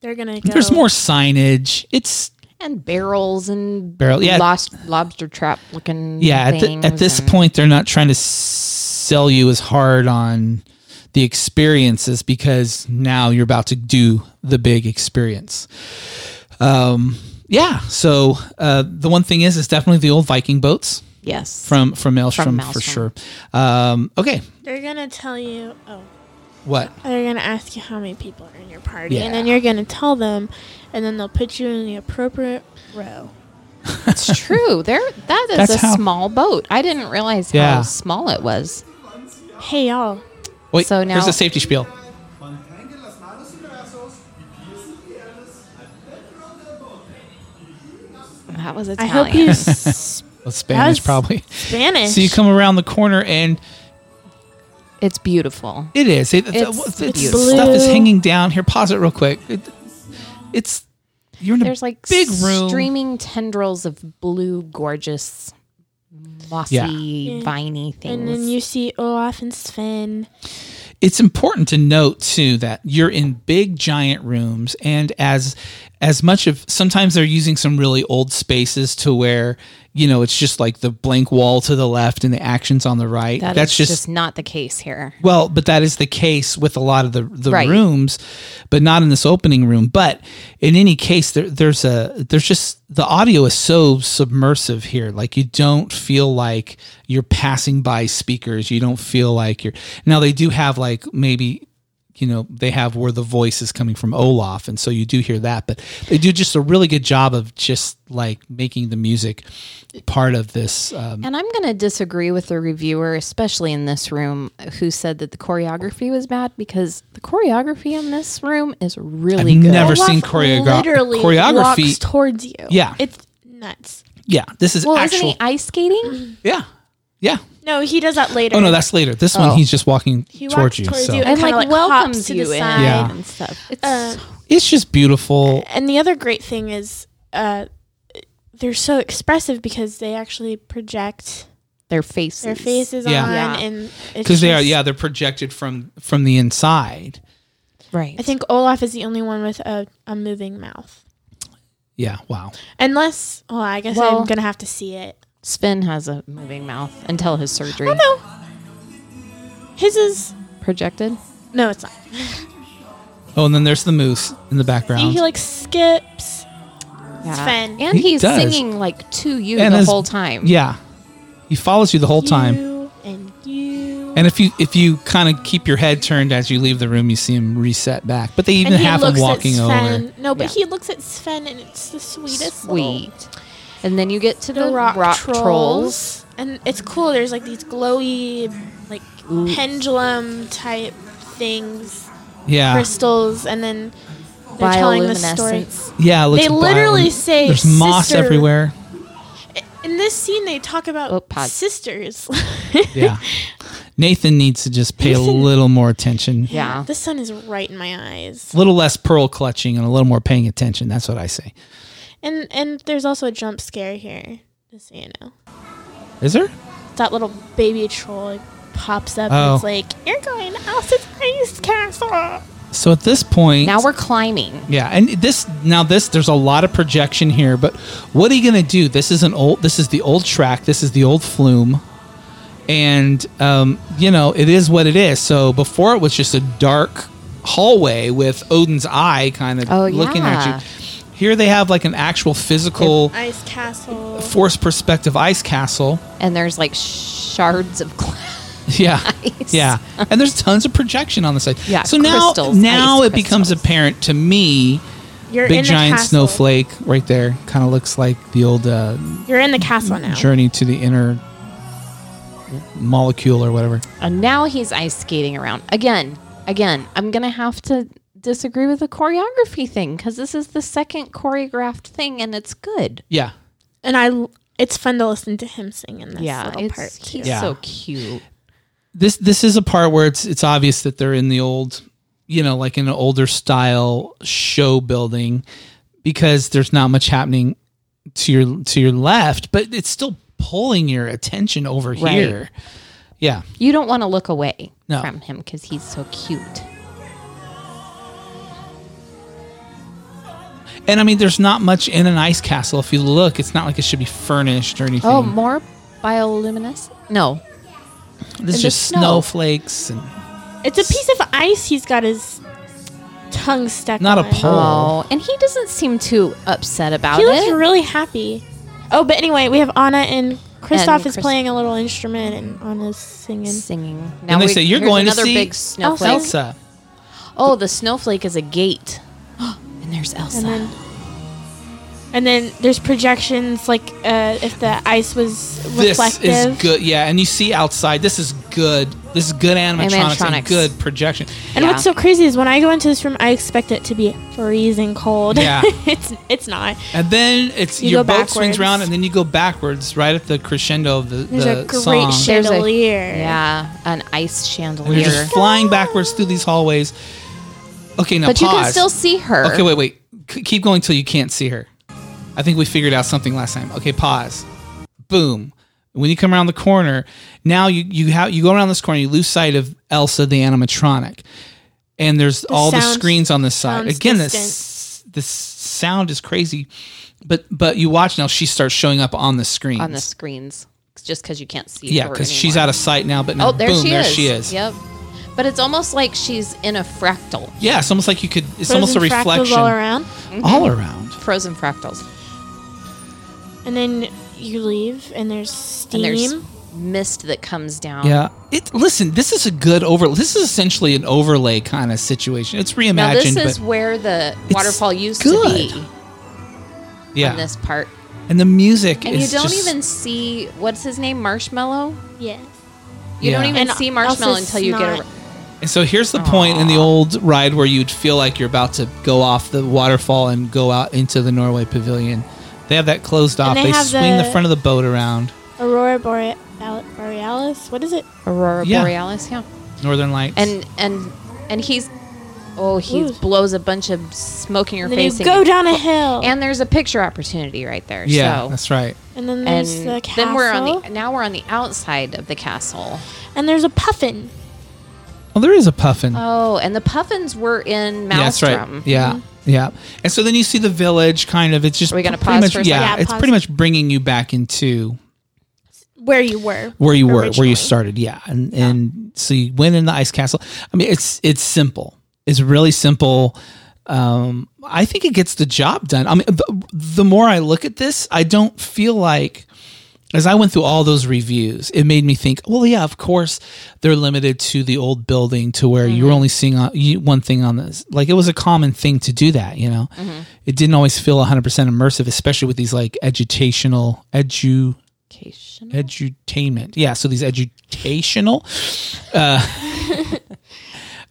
[SPEAKER 4] They're going to go.
[SPEAKER 2] There's more signage. It's
[SPEAKER 3] And barrels and
[SPEAKER 2] Barrel- yeah.
[SPEAKER 3] lost lobster trap looking.
[SPEAKER 2] yeah at, th- at
[SPEAKER 3] things
[SPEAKER 2] this
[SPEAKER 3] and-
[SPEAKER 2] point they're not trying to s- sell you as hard on the experiences because now you're about to do the big experience um yeah so uh the one thing is it's definitely the old viking boats
[SPEAKER 3] Yes.
[SPEAKER 2] <laughs> from from maelstrom, for
[SPEAKER 3] Maelstrom.
[SPEAKER 2] sure um okay
[SPEAKER 4] They're going to tell you. Oh.
[SPEAKER 2] what
[SPEAKER 4] They're going to ask you how many people are in your party. And then
[SPEAKER 2] Yeah.
[SPEAKER 4] you're going to tell them. And then they'll put you in the appropriate row.
[SPEAKER 3] It's true. There, that is
[SPEAKER 2] That's
[SPEAKER 3] a
[SPEAKER 2] how-
[SPEAKER 3] small boat. I didn't realize
[SPEAKER 2] Yeah.
[SPEAKER 3] how small it was.
[SPEAKER 4] Hey, y'all.
[SPEAKER 2] wait so
[SPEAKER 3] So now-
[SPEAKER 2] now- here's the safety spiel
[SPEAKER 5] Mantenga las manos y brazos y pies y piernas al centro del bote.
[SPEAKER 3] That was
[SPEAKER 4] I
[SPEAKER 3] Italian.
[SPEAKER 4] hope you s-
[SPEAKER 2] Well, spanish
[SPEAKER 4] That's-
[SPEAKER 2] probably
[SPEAKER 4] Spanish.
[SPEAKER 2] so you come around the corner and
[SPEAKER 3] it's beautiful.
[SPEAKER 2] It is. It,
[SPEAKER 3] It's
[SPEAKER 2] it's, it's-
[SPEAKER 3] beautiful.
[SPEAKER 2] stuff is
[SPEAKER 4] Blue.
[SPEAKER 2] hanging down. Here, pause it real quick. It, it's you're in a
[SPEAKER 3] There's like
[SPEAKER 2] big room.
[SPEAKER 3] streaming tendrils of blue, gorgeous, mossy,
[SPEAKER 2] Yeah.
[SPEAKER 3] viney things.
[SPEAKER 4] and then you see Olaf and Sven.
[SPEAKER 2] it's important to note too that you're in big giant rooms and as as much of sometimes they're using some really old spaces to where you know it's just like the blank wall to the left and the actions on the right
[SPEAKER 3] That
[SPEAKER 2] that's
[SPEAKER 3] is
[SPEAKER 2] just,
[SPEAKER 3] just not the case here.
[SPEAKER 2] well but that is the case with a lot of the the
[SPEAKER 3] Right.
[SPEAKER 2] rooms but not in this opening room but in any case there, there's a there's just the audio is so submersive here like you don't feel like you're passing by speakers you don't feel like you're now they do have like maybe you know they have where the voice is coming from Olaf, and so you do hear that. But they do just a really good job of just like making the music part of this. Um,
[SPEAKER 3] And I'm going to disagree with the reviewer, especially in this room, who said that the choreography was bad because the choreography in this room is really good.
[SPEAKER 2] never seen choreogra-
[SPEAKER 4] literally
[SPEAKER 2] choreography.
[SPEAKER 4] walks towards you.
[SPEAKER 2] Yeah.
[SPEAKER 4] It's nuts.
[SPEAKER 2] yeah, this is
[SPEAKER 3] well, isn't
[SPEAKER 2] actual.
[SPEAKER 3] he ice skating?
[SPEAKER 2] yeah, yeah.
[SPEAKER 4] No, he does that later.
[SPEAKER 2] Oh no, that's later. This one,
[SPEAKER 3] Oh.
[SPEAKER 2] he's just walking
[SPEAKER 4] He
[SPEAKER 2] towards
[SPEAKER 4] walks
[SPEAKER 2] you.
[SPEAKER 4] towards
[SPEAKER 2] so
[SPEAKER 4] you. It
[SPEAKER 3] And like,
[SPEAKER 4] kinda, like,
[SPEAKER 3] welcomes
[SPEAKER 4] hops to the
[SPEAKER 3] you in
[SPEAKER 4] side
[SPEAKER 2] Yeah.
[SPEAKER 3] and stuff. It's
[SPEAKER 4] Uh,
[SPEAKER 2] it's just beautiful.
[SPEAKER 4] and the other great thing is uh, they're so expressive because they actually project
[SPEAKER 3] their faces.
[SPEAKER 4] their faces
[SPEAKER 2] Yeah.
[SPEAKER 4] on
[SPEAKER 3] Yeah.
[SPEAKER 4] and it's
[SPEAKER 2] Because they are,
[SPEAKER 4] just-
[SPEAKER 2] yeah, they're projected from from the inside.
[SPEAKER 3] Right.
[SPEAKER 4] I think Olaf is the only one with a, a moving mouth.
[SPEAKER 2] Yeah, wow.
[SPEAKER 4] Unless, well, I guess
[SPEAKER 3] Well-
[SPEAKER 4] I'm gonna have to see it.
[SPEAKER 3] Sven has a moving mouth until his surgery.
[SPEAKER 4] No, his is
[SPEAKER 3] Projected.
[SPEAKER 4] no, it's not.
[SPEAKER 2] Oh, and then there's the moose in the
[SPEAKER 4] He,
[SPEAKER 2] background.
[SPEAKER 4] he like skips.
[SPEAKER 3] Yeah.
[SPEAKER 4] Sven.
[SPEAKER 3] And
[SPEAKER 2] He
[SPEAKER 3] he's
[SPEAKER 2] does.
[SPEAKER 3] singing like to you
[SPEAKER 2] And
[SPEAKER 3] the
[SPEAKER 2] his-
[SPEAKER 3] whole time.
[SPEAKER 2] yeah, he follows you the whole time.
[SPEAKER 4] You and you.
[SPEAKER 2] And if you if you kind of keep your head turned as you leave the room, you see him reset back. But they even
[SPEAKER 4] he
[SPEAKER 2] have him
[SPEAKER 4] looks at
[SPEAKER 2] walking
[SPEAKER 4] Sven.
[SPEAKER 2] over.
[SPEAKER 4] No, but
[SPEAKER 3] Yeah.
[SPEAKER 4] he looks at Sven, and it's the sweetest. little-
[SPEAKER 3] Sweet. And then you get to the,
[SPEAKER 4] the
[SPEAKER 3] rock,
[SPEAKER 4] rock,
[SPEAKER 3] trolls.
[SPEAKER 4] trolls. and it's cool. There's like these glowy, like pendulum type things,
[SPEAKER 2] Yeah,
[SPEAKER 4] crystals, and then they're telling the story.
[SPEAKER 3] Bioluminescence.
[SPEAKER 2] yeah. it looks
[SPEAKER 4] They literally
[SPEAKER 2] violent.
[SPEAKER 4] say
[SPEAKER 2] there's moss
[SPEAKER 4] sister-
[SPEAKER 2] everywhere.
[SPEAKER 4] In this scene, they talk about
[SPEAKER 3] Oh, pause.
[SPEAKER 4] sisters. <laughs>
[SPEAKER 2] Yeah, Nathan needs to just pay a
[SPEAKER 4] Nathan-
[SPEAKER 2] little more attention.
[SPEAKER 3] Yeah.
[SPEAKER 4] the sun is right in my eyes,
[SPEAKER 2] A little less pearl clutching and a little more paying attention. That's what I say.
[SPEAKER 4] and and there's also a jump scare here. Just so you know,
[SPEAKER 2] Is there?
[SPEAKER 4] that little baby troll like, pops up
[SPEAKER 2] Oh.
[SPEAKER 4] and it's like, "You're going to Elsa's ice castle."
[SPEAKER 2] So at this point,
[SPEAKER 3] Now we're climbing.
[SPEAKER 2] Yeah, and this now this there's a lot of projection here, but what are you gonna do? This is an old this is the old track, this is the old flume. And um, you know, it is what it is. So before it was just a dark hallway with Odin's eye kind of
[SPEAKER 3] Oh,
[SPEAKER 2] looking
[SPEAKER 3] yeah.
[SPEAKER 2] at you. Here they have like an actual physical
[SPEAKER 4] Ice castle.
[SPEAKER 2] force perspective ice castle. <laughs>
[SPEAKER 3] And there's like shards of <laughs> glass.
[SPEAKER 2] Yeah.
[SPEAKER 3] Nice.
[SPEAKER 2] Yeah. And there's tons of projection on the side.
[SPEAKER 3] Yeah,
[SPEAKER 2] So now
[SPEAKER 3] crystals,
[SPEAKER 2] now
[SPEAKER 3] ice
[SPEAKER 2] it becomes
[SPEAKER 3] crystals.
[SPEAKER 2] apparent to me
[SPEAKER 4] You're in
[SPEAKER 2] big
[SPEAKER 4] the
[SPEAKER 2] giant
[SPEAKER 4] castle.
[SPEAKER 2] snowflake right there kind of looks like the old uh,
[SPEAKER 4] You're in the castle now.
[SPEAKER 2] journey to the inner molecule or whatever
[SPEAKER 3] And now he's ice skating around. Again, again, I'm going to have to disagree with the choreography thing because this is the second choreographed thing and it's good.
[SPEAKER 2] yeah
[SPEAKER 4] and I it's fun to listen to him sing in this
[SPEAKER 3] Yeah.
[SPEAKER 4] little part.
[SPEAKER 3] It's, he's
[SPEAKER 2] Yeah.
[SPEAKER 3] so cute.
[SPEAKER 2] this this is a part where it's it's obvious that they're in the old you know like in an older style show building because there's not much happening to your to your left but it's still pulling your attention over
[SPEAKER 3] Right.
[SPEAKER 2] here yeah
[SPEAKER 3] You don't want to look away
[SPEAKER 2] No.
[SPEAKER 3] from him because he's so cute.
[SPEAKER 2] and i mean there's not much in an ice castle if you look it's not like it should be furnished or anything
[SPEAKER 3] Oh, more bioluminescence? No.
[SPEAKER 2] There's
[SPEAKER 3] the
[SPEAKER 2] just
[SPEAKER 3] snow.
[SPEAKER 2] snowflakes and
[SPEAKER 4] It's a piece of ice he's got his tongue stuck
[SPEAKER 2] Not a
[SPEAKER 4] on.
[SPEAKER 2] pole.
[SPEAKER 3] Oh, and he doesn't seem too upset about
[SPEAKER 4] He looks
[SPEAKER 3] it.
[SPEAKER 4] really happy. Oh, but anyway, we have Anna and Kristoff
[SPEAKER 3] And
[SPEAKER 4] is
[SPEAKER 3] Chris-
[SPEAKER 4] playing a little instrument and Anna's singing.
[SPEAKER 3] singing. Now
[SPEAKER 2] And they
[SPEAKER 3] we-
[SPEAKER 2] say, "You're
[SPEAKER 3] here's
[SPEAKER 2] going to
[SPEAKER 3] another
[SPEAKER 2] see
[SPEAKER 3] big snowflake.
[SPEAKER 4] Elsa.
[SPEAKER 2] Elsa.
[SPEAKER 3] Oh, the snowflake is a gate. <gasps> and there's Elsa.
[SPEAKER 4] And then and then there's projections like uh, if the ice was
[SPEAKER 2] This
[SPEAKER 4] reflective.
[SPEAKER 2] is good. Yeah, and you see outside. This is good. This is good animatronics,
[SPEAKER 3] Animatronics.
[SPEAKER 2] and good projection.
[SPEAKER 4] And
[SPEAKER 3] Yeah.
[SPEAKER 4] what's so crazy is when I go into this room, I expect it to be freezing cold.
[SPEAKER 2] Yeah.
[SPEAKER 4] <laughs> it's it's not.
[SPEAKER 2] And then it's
[SPEAKER 4] You
[SPEAKER 2] your
[SPEAKER 4] go
[SPEAKER 2] boat swings
[SPEAKER 4] backwards.
[SPEAKER 2] around, and then you go backwards right at the crescendo of the,
[SPEAKER 4] There's
[SPEAKER 2] the
[SPEAKER 4] a great
[SPEAKER 2] song.
[SPEAKER 4] shape.
[SPEAKER 3] there's a
[SPEAKER 4] Chandelier.
[SPEAKER 3] yeah, an ice
[SPEAKER 2] And you're
[SPEAKER 3] chandelier.
[SPEAKER 2] just flying backwards through these hallways. Okay, now
[SPEAKER 3] but you can
[SPEAKER 2] pause.
[SPEAKER 3] still see her.
[SPEAKER 2] Okay, wait, wait. C- keep going till you can't see her. I think we figured out something last time. Okay, pause. Boom. When you come around the corner, now you you have you go around this corner, you lose sight of Elsa the animatronic, and there's all the
[SPEAKER 4] sound
[SPEAKER 2] screens on this side.
[SPEAKER 4] sounds
[SPEAKER 2] Again,
[SPEAKER 4] distant.
[SPEAKER 2] this the sound is crazy, but but you watch now she starts showing up on the screen.
[SPEAKER 3] on the screens just because you can't see
[SPEAKER 2] yeah,
[SPEAKER 3] her
[SPEAKER 2] because she's
[SPEAKER 3] anymore.
[SPEAKER 2] out of sight now. But now,
[SPEAKER 3] oh there
[SPEAKER 2] boom,
[SPEAKER 3] she
[SPEAKER 2] there
[SPEAKER 3] is
[SPEAKER 2] she is.
[SPEAKER 3] yep but it's almost like she's in a fractal
[SPEAKER 2] Yeah, it's almost like you could. It's
[SPEAKER 4] Frozen
[SPEAKER 2] almost a
[SPEAKER 4] fractals
[SPEAKER 2] reflection
[SPEAKER 4] all around,
[SPEAKER 2] All around.
[SPEAKER 3] frozen fractals
[SPEAKER 4] and then you leave, and there's steam.
[SPEAKER 3] and there's mist that comes down
[SPEAKER 2] Yeah. It listen, this is a good over this is essentially an overlay kind of situation. It's reimagined.
[SPEAKER 3] now this
[SPEAKER 2] but
[SPEAKER 3] is where the waterfall used
[SPEAKER 2] good.
[SPEAKER 3] to be
[SPEAKER 2] yeah.
[SPEAKER 3] on this part
[SPEAKER 2] And the music
[SPEAKER 3] and
[SPEAKER 2] is
[SPEAKER 3] you don't
[SPEAKER 2] just-
[SPEAKER 3] even see what's his name marshmallow
[SPEAKER 4] yeah,
[SPEAKER 3] you don't
[SPEAKER 2] Yeah.
[SPEAKER 3] even
[SPEAKER 4] And
[SPEAKER 3] see marshmallow
[SPEAKER 4] Elsa's
[SPEAKER 3] until you get
[SPEAKER 4] snot.
[SPEAKER 3] a
[SPEAKER 2] And so here's the point in the old ride where you'd feel like you're about to go off the waterfall and go out into the Norway pavilion. They have that closed off.
[SPEAKER 4] they
[SPEAKER 2] They,
[SPEAKER 4] have
[SPEAKER 2] swing the,
[SPEAKER 4] the-
[SPEAKER 2] front of the boat around.
[SPEAKER 4] aurora Bore- Bal- borealis. What is it?
[SPEAKER 3] aurora
[SPEAKER 2] Yeah.
[SPEAKER 3] borealis yeah
[SPEAKER 2] Northern Lights.
[SPEAKER 3] and and and he's oh he
[SPEAKER 4] Ooh.
[SPEAKER 3] blows a bunch of smoke in your
[SPEAKER 4] And then
[SPEAKER 3] face
[SPEAKER 4] you
[SPEAKER 3] and
[SPEAKER 4] go
[SPEAKER 3] you-
[SPEAKER 4] down a hill, and,
[SPEAKER 3] and there's a picture opportunity right there
[SPEAKER 2] yeah,
[SPEAKER 3] so
[SPEAKER 2] that's right.
[SPEAKER 4] then
[SPEAKER 3] and
[SPEAKER 4] there's the castle,
[SPEAKER 3] then we're on the now we're on the outside of the castle
[SPEAKER 4] and there's a puffin.
[SPEAKER 2] Well, there is a puffin.
[SPEAKER 3] oh and the puffins were in
[SPEAKER 2] yeah, that's
[SPEAKER 3] maelstrom
[SPEAKER 2] right. Yeah, yeah. And so then you see the village. Kind of, it's just
[SPEAKER 3] Are Mm-hmm. we gonna
[SPEAKER 2] pretty
[SPEAKER 3] pause
[SPEAKER 2] much-
[SPEAKER 3] for a second?
[SPEAKER 2] yeah,
[SPEAKER 4] Yeah,
[SPEAKER 2] it's
[SPEAKER 4] pause.
[SPEAKER 2] pretty much bringing you back into
[SPEAKER 4] where you were.
[SPEAKER 2] where you were, where
[SPEAKER 4] originally.
[SPEAKER 2] you started. Yeah, and and so you went in the ice castle. I mean, it's it's simple. It's really simple. Um, I think it gets the job done. I mean, the, the more I look at this, I don't feel like. As I went through all those reviews, it made me think, well, yeah, of course, they're limited to the old building to where you were only seeing on, you, one thing on this. Like, it was a common thing to do that, you know? It didn't always feel 100% immersive, especially with these like educational, edu,
[SPEAKER 3] Education.
[SPEAKER 2] edutainment. Yeah, so these educational <laughs>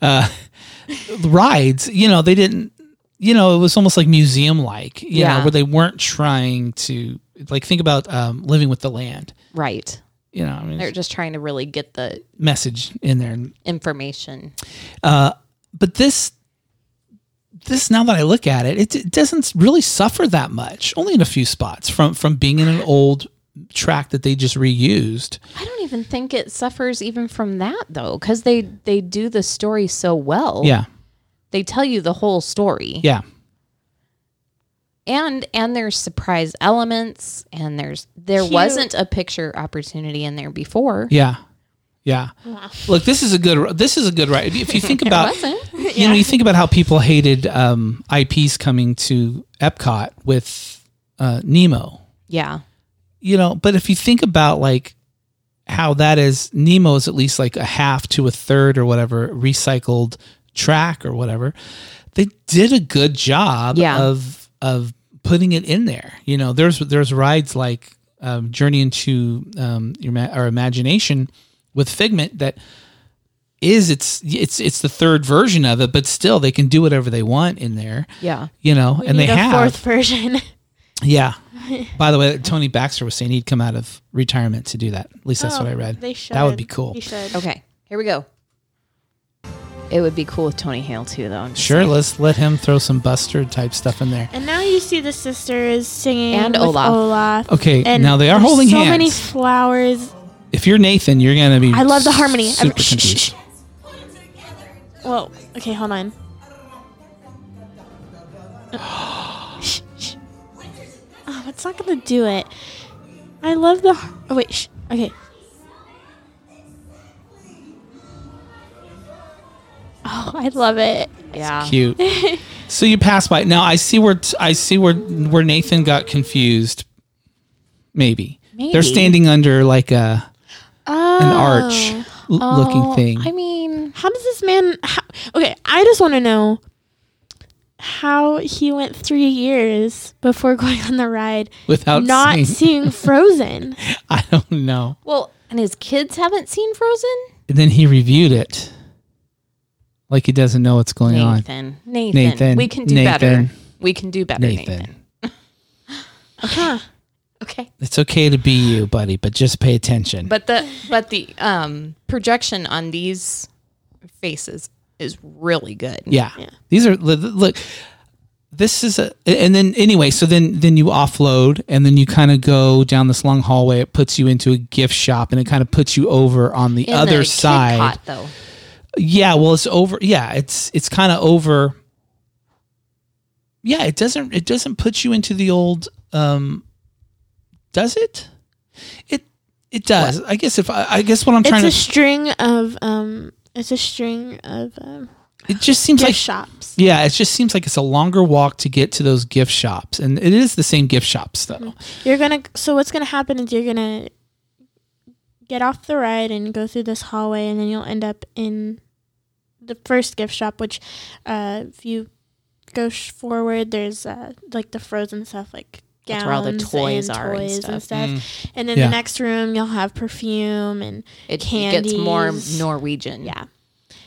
[SPEAKER 2] uh, uh, rides, you know, they didn't, you know, it was almost like museum like, you know,
[SPEAKER 3] Yeah.
[SPEAKER 2] where they weren't trying to, like, think about um, living with the land.
[SPEAKER 3] right
[SPEAKER 2] You know, I mean,
[SPEAKER 3] they're
[SPEAKER 2] there's
[SPEAKER 3] just trying to really get the
[SPEAKER 2] message in there.
[SPEAKER 3] information
[SPEAKER 2] But this, this now that I look at it, it, it doesn't really suffer that much, only in a few spots from from being in an old track that they just reused.
[SPEAKER 3] i don't even think it suffers even from that though because they they do the story so well
[SPEAKER 2] Yeah,
[SPEAKER 3] they tell you the whole story
[SPEAKER 2] yeah.
[SPEAKER 3] and and there's surprise elements and there's there
[SPEAKER 4] Cute.
[SPEAKER 3] wasn't a picture opportunity in there before
[SPEAKER 2] Yeah. Yeah. Look, this is a good this is a good ride. If you think about
[SPEAKER 3] wasn't.
[SPEAKER 2] you know, you think about how people hated um, IPs coming to Epcot with uh, Nemo.
[SPEAKER 3] yeah
[SPEAKER 2] You know, but if you think about like how that is Nemo is at least like a half to a third or whatever recycled track or whatever. They did a good job
[SPEAKER 3] Yeah.
[SPEAKER 2] of of putting it in there. You know, there's there's rides like um, Journey into um, your ma- our imagination with Figment that is it's it's it's the third version of it, but still they can do whatever they want in there.
[SPEAKER 3] yeah
[SPEAKER 2] You know,
[SPEAKER 4] We
[SPEAKER 2] and they
[SPEAKER 4] need a
[SPEAKER 2] have
[SPEAKER 4] fourth version. <laughs>
[SPEAKER 2] yeah. By the way, Tony Baxter was saying he'd come out of retirement to do that. At least <laughs> that's what I read.
[SPEAKER 4] Oh, They should.
[SPEAKER 2] That would be cool.
[SPEAKER 4] You should.
[SPEAKER 3] okay here we go it would be cool with tony hale too though I'm just
[SPEAKER 2] Sure,
[SPEAKER 3] saying.
[SPEAKER 2] let's let him throw some Buster type stuff in there.
[SPEAKER 4] And now you see the sisters singing
[SPEAKER 3] And
[SPEAKER 4] with
[SPEAKER 3] Olaf.
[SPEAKER 4] Olaf.
[SPEAKER 2] Okay,
[SPEAKER 4] And
[SPEAKER 2] now they are
[SPEAKER 4] there's
[SPEAKER 2] holding
[SPEAKER 4] so
[SPEAKER 2] hands.
[SPEAKER 4] many flowers.
[SPEAKER 2] if you're Nathan, you're gonna be.
[SPEAKER 4] I love the harmony.
[SPEAKER 2] Super
[SPEAKER 4] Every- shh, shh,
[SPEAKER 2] confused.
[SPEAKER 4] shh. Well, okay, hold on. <gasps> Shh, shh. oh, it's not gonna do it. I love the. har- Oh wait. Shh. Okay. Oh, I love it.
[SPEAKER 3] yeah
[SPEAKER 2] <laughs> Cute.
[SPEAKER 4] <laughs>
[SPEAKER 2] so you pass by. Now I see where t- I see where where Nathan got confused. Maybe. they're
[SPEAKER 3] Maybe.
[SPEAKER 2] standing under like a an
[SPEAKER 4] Oh.
[SPEAKER 2] arch l- looking
[SPEAKER 3] Oh,
[SPEAKER 2] thing.
[SPEAKER 3] i mean
[SPEAKER 4] How does this man? How, okay, I just want to know how he went three years before <laughs> going on the ride
[SPEAKER 2] Without
[SPEAKER 4] not
[SPEAKER 2] seeing-
[SPEAKER 3] <laughs>
[SPEAKER 4] seeing Frozen.
[SPEAKER 2] <laughs> I don't know.
[SPEAKER 3] well and his kids haven't seen frozen
[SPEAKER 2] And then he reviewed it, like he doesn't know what's going on.
[SPEAKER 3] nathan nathan,
[SPEAKER 2] Nathan.
[SPEAKER 3] we can do better
[SPEAKER 2] Nathan.
[SPEAKER 3] we can do better nathan,
[SPEAKER 2] Nathan.
[SPEAKER 3] okay
[SPEAKER 2] It's okay to be you, buddy, but just pay attention.
[SPEAKER 3] but the but the um projection on these faces is really good
[SPEAKER 2] yeah. These are li- li- look. this is a and then anyway so then then you offload and then you kind of go down this long hallway it puts you into a gift shop and it kind of puts you over on the
[SPEAKER 3] In
[SPEAKER 2] other
[SPEAKER 3] the kid
[SPEAKER 2] side
[SPEAKER 3] cot, though.
[SPEAKER 2] yeah well it's over yeah it's it's kind of over yeah it doesn't it doesn't put you into the old um does it it it does i guess if i, I guess what i'm
[SPEAKER 4] It's
[SPEAKER 2] trying
[SPEAKER 4] a
[SPEAKER 2] to
[SPEAKER 4] string of um. It's a string of um,
[SPEAKER 2] it just seems
[SPEAKER 4] gift
[SPEAKER 2] like
[SPEAKER 4] shops.
[SPEAKER 2] yeah it just seems like it's a longer walk to get to those gift shops and it is the same gift shops though
[SPEAKER 4] You're gonna. So what's gonna happen is you're gonna get off the ride and go through this hallway, and then you'll end up in the first gift shop. Which, uh, if you go sh- forward, there's uh, like the frozen stuff, like gowns
[SPEAKER 3] That's where all the toys
[SPEAKER 4] and
[SPEAKER 3] are and
[SPEAKER 4] toys
[SPEAKER 3] stuff. Mm.
[SPEAKER 4] and stuff. And then
[SPEAKER 2] Yeah.
[SPEAKER 4] the next room, you'll have perfume and
[SPEAKER 3] It gets more
[SPEAKER 4] Candies.
[SPEAKER 3] Norwegian.
[SPEAKER 4] yeah.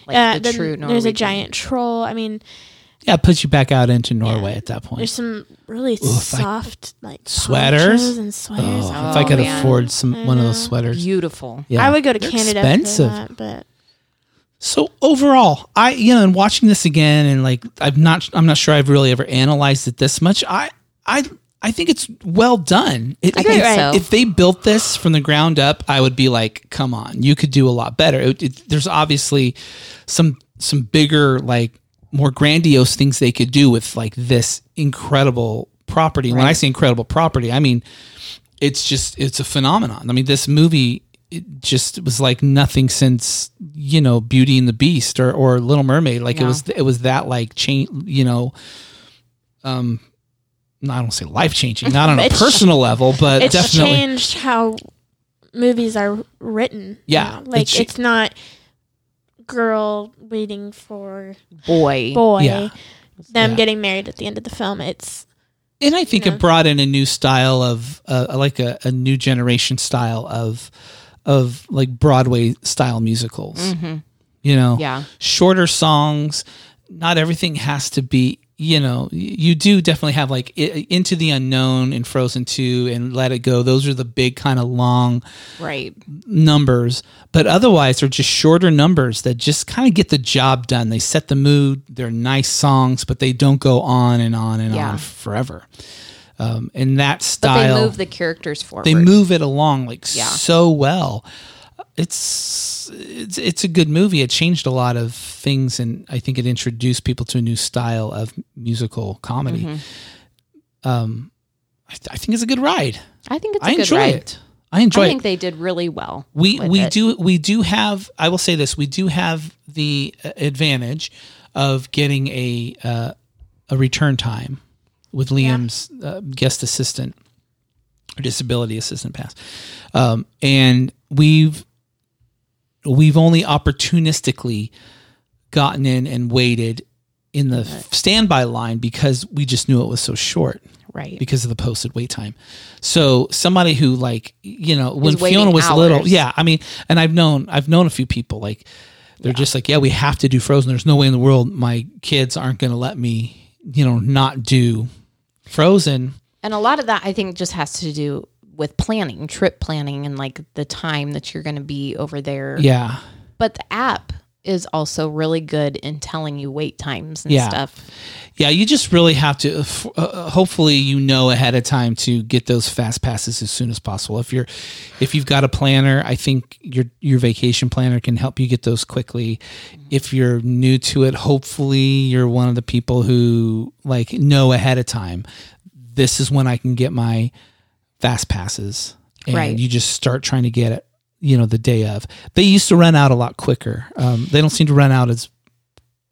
[SPEAKER 3] like
[SPEAKER 4] Uh,
[SPEAKER 3] the
[SPEAKER 4] then
[SPEAKER 3] true Norwegian.
[SPEAKER 4] There's a giant troll. I mean,
[SPEAKER 2] yeah it puts you back out into norway at that point
[SPEAKER 4] there's some really
[SPEAKER 2] Oof, I-
[SPEAKER 4] soft like
[SPEAKER 2] Sweaters?
[SPEAKER 4] ponchos and sweaters.
[SPEAKER 2] oh,
[SPEAKER 4] out
[SPEAKER 2] if i could
[SPEAKER 4] there.
[SPEAKER 3] man.
[SPEAKER 2] afford some one of those
[SPEAKER 4] know.
[SPEAKER 2] sweaters
[SPEAKER 3] beautiful.
[SPEAKER 2] yeah
[SPEAKER 4] I would go to
[SPEAKER 2] They're
[SPEAKER 4] Canada
[SPEAKER 2] expensive.
[SPEAKER 4] for that, but
[SPEAKER 2] So overall, I you know, and watching this again, and like I've not, I'm not sure I've really ever analyzed it this much. I, I, I think it's well done. It,
[SPEAKER 3] I think
[SPEAKER 2] if-
[SPEAKER 3] so.
[SPEAKER 2] If they built this from the ground up, I would be like, come on, you could do a lot better. It, it, there's obviously some some bigger, like more grandiose things they could do with like this incredible property. When I say incredible property, I mean it's just it's a phenomenon. I mean, this movie it just was like nothing since you know Beauty and the Beast or or Little Mermaid. Like it
[SPEAKER 3] No.
[SPEAKER 2] was it was that like chain you know, um, no, I don't say life changing, not on a
[SPEAKER 4] It's-
[SPEAKER 2] personal level, but
[SPEAKER 4] it's
[SPEAKER 2] Uh, definitely
[SPEAKER 4] changed how movies are written.
[SPEAKER 2] Yeah,
[SPEAKER 4] now. like
[SPEAKER 2] it's-
[SPEAKER 4] it's, not girl waiting for
[SPEAKER 3] Boy,
[SPEAKER 4] boy.
[SPEAKER 2] Yeah.
[SPEAKER 4] Them
[SPEAKER 2] Yeah.
[SPEAKER 4] getting married at the end of the film. It's
[SPEAKER 2] and I think
[SPEAKER 4] Yeah.
[SPEAKER 2] it brought in a new style of uh, like a, a new generation style of of like Broadway style musicals. You know,
[SPEAKER 3] Yeah.
[SPEAKER 2] shorter songs. Not everything has to be. You know, y- you do definitely have like I- Into the Unknown and Frozen Two and Let It Go. Those are the big kind of long
[SPEAKER 3] right.
[SPEAKER 2] numbers, but otherwise they're just shorter numbers that just kind of get the job done. They set the mood. They're nice songs, but they don't go on and on and
[SPEAKER 3] Yeah.
[SPEAKER 2] on forever. Um, and that
[SPEAKER 3] But they
[SPEAKER 2] style,
[SPEAKER 3] move the characters forward.
[SPEAKER 2] they move it along like
[SPEAKER 3] Yeah.
[SPEAKER 2] so well. It's it's it's a good movie. It changed a lot of things, and I think it introduced people to a new style of musical comedy. Um, I, th- I think it's a good ride.
[SPEAKER 3] I think Mm-hmm. it's a
[SPEAKER 2] I
[SPEAKER 3] good
[SPEAKER 2] enjoy
[SPEAKER 3] ride.
[SPEAKER 2] it. I enjoy
[SPEAKER 3] I
[SPEAKER 2] it
[SPEAKER 3] think they did really well.
[SPEAKER 2] we
[SPEAKER 3] with
[SPEAKER 2] we
[SPEAKER 3] it.
[SPEAKER 2] do we do have i will say this we do have the uh, advantage of getting a uh, a return time with liam's uh, guest assistant or disability assistant pass um, and we've we've only opportunistically gotten in and waited in the standby line because we just knew it was so short
[SPEAKER 3] right.
[SPEAKER 2] because of the posted wait time. So somebody who like you know when
[SPEAKER 3] Is waiting
[SPEAKER 2] Fiona was little,
[SPEAKER 3] hours.
[SPEAKER 2] yeah, I mean, and I've known I've known a few people like they're just like yeah, we have to do Frozen. There's no way in the world my kids aren't going to let me you know not do Frozen.
[SPEAKER 3] And a lot of that, I think, just has to do with planning, trip planning, and like the time that you're going to be over there.
[SPEAKER 2] Yeah,
[SPEAKER 3] But the app is also really good in telling you wait times and
[SPEAKER 2] Yeah.
[SPEAKER 3] stuff.
[SPEAKER 2] yeah, you just really have to. Uh, uh, hopefully, you know ahead of time to get those fast passes as soon as possible. If you're if you've got a planner, I think your your vacation planner can help you get those quickly. If you're new to it, hopefully you're one of the people who like know ahead of time. This is when I can get my fast passes, and
[SPEAKER 3] Right.
[SPEAKER 2] you just start trying to get it. You know, the day of. They used to run out a lot quicker. Um, they don't seem to run out as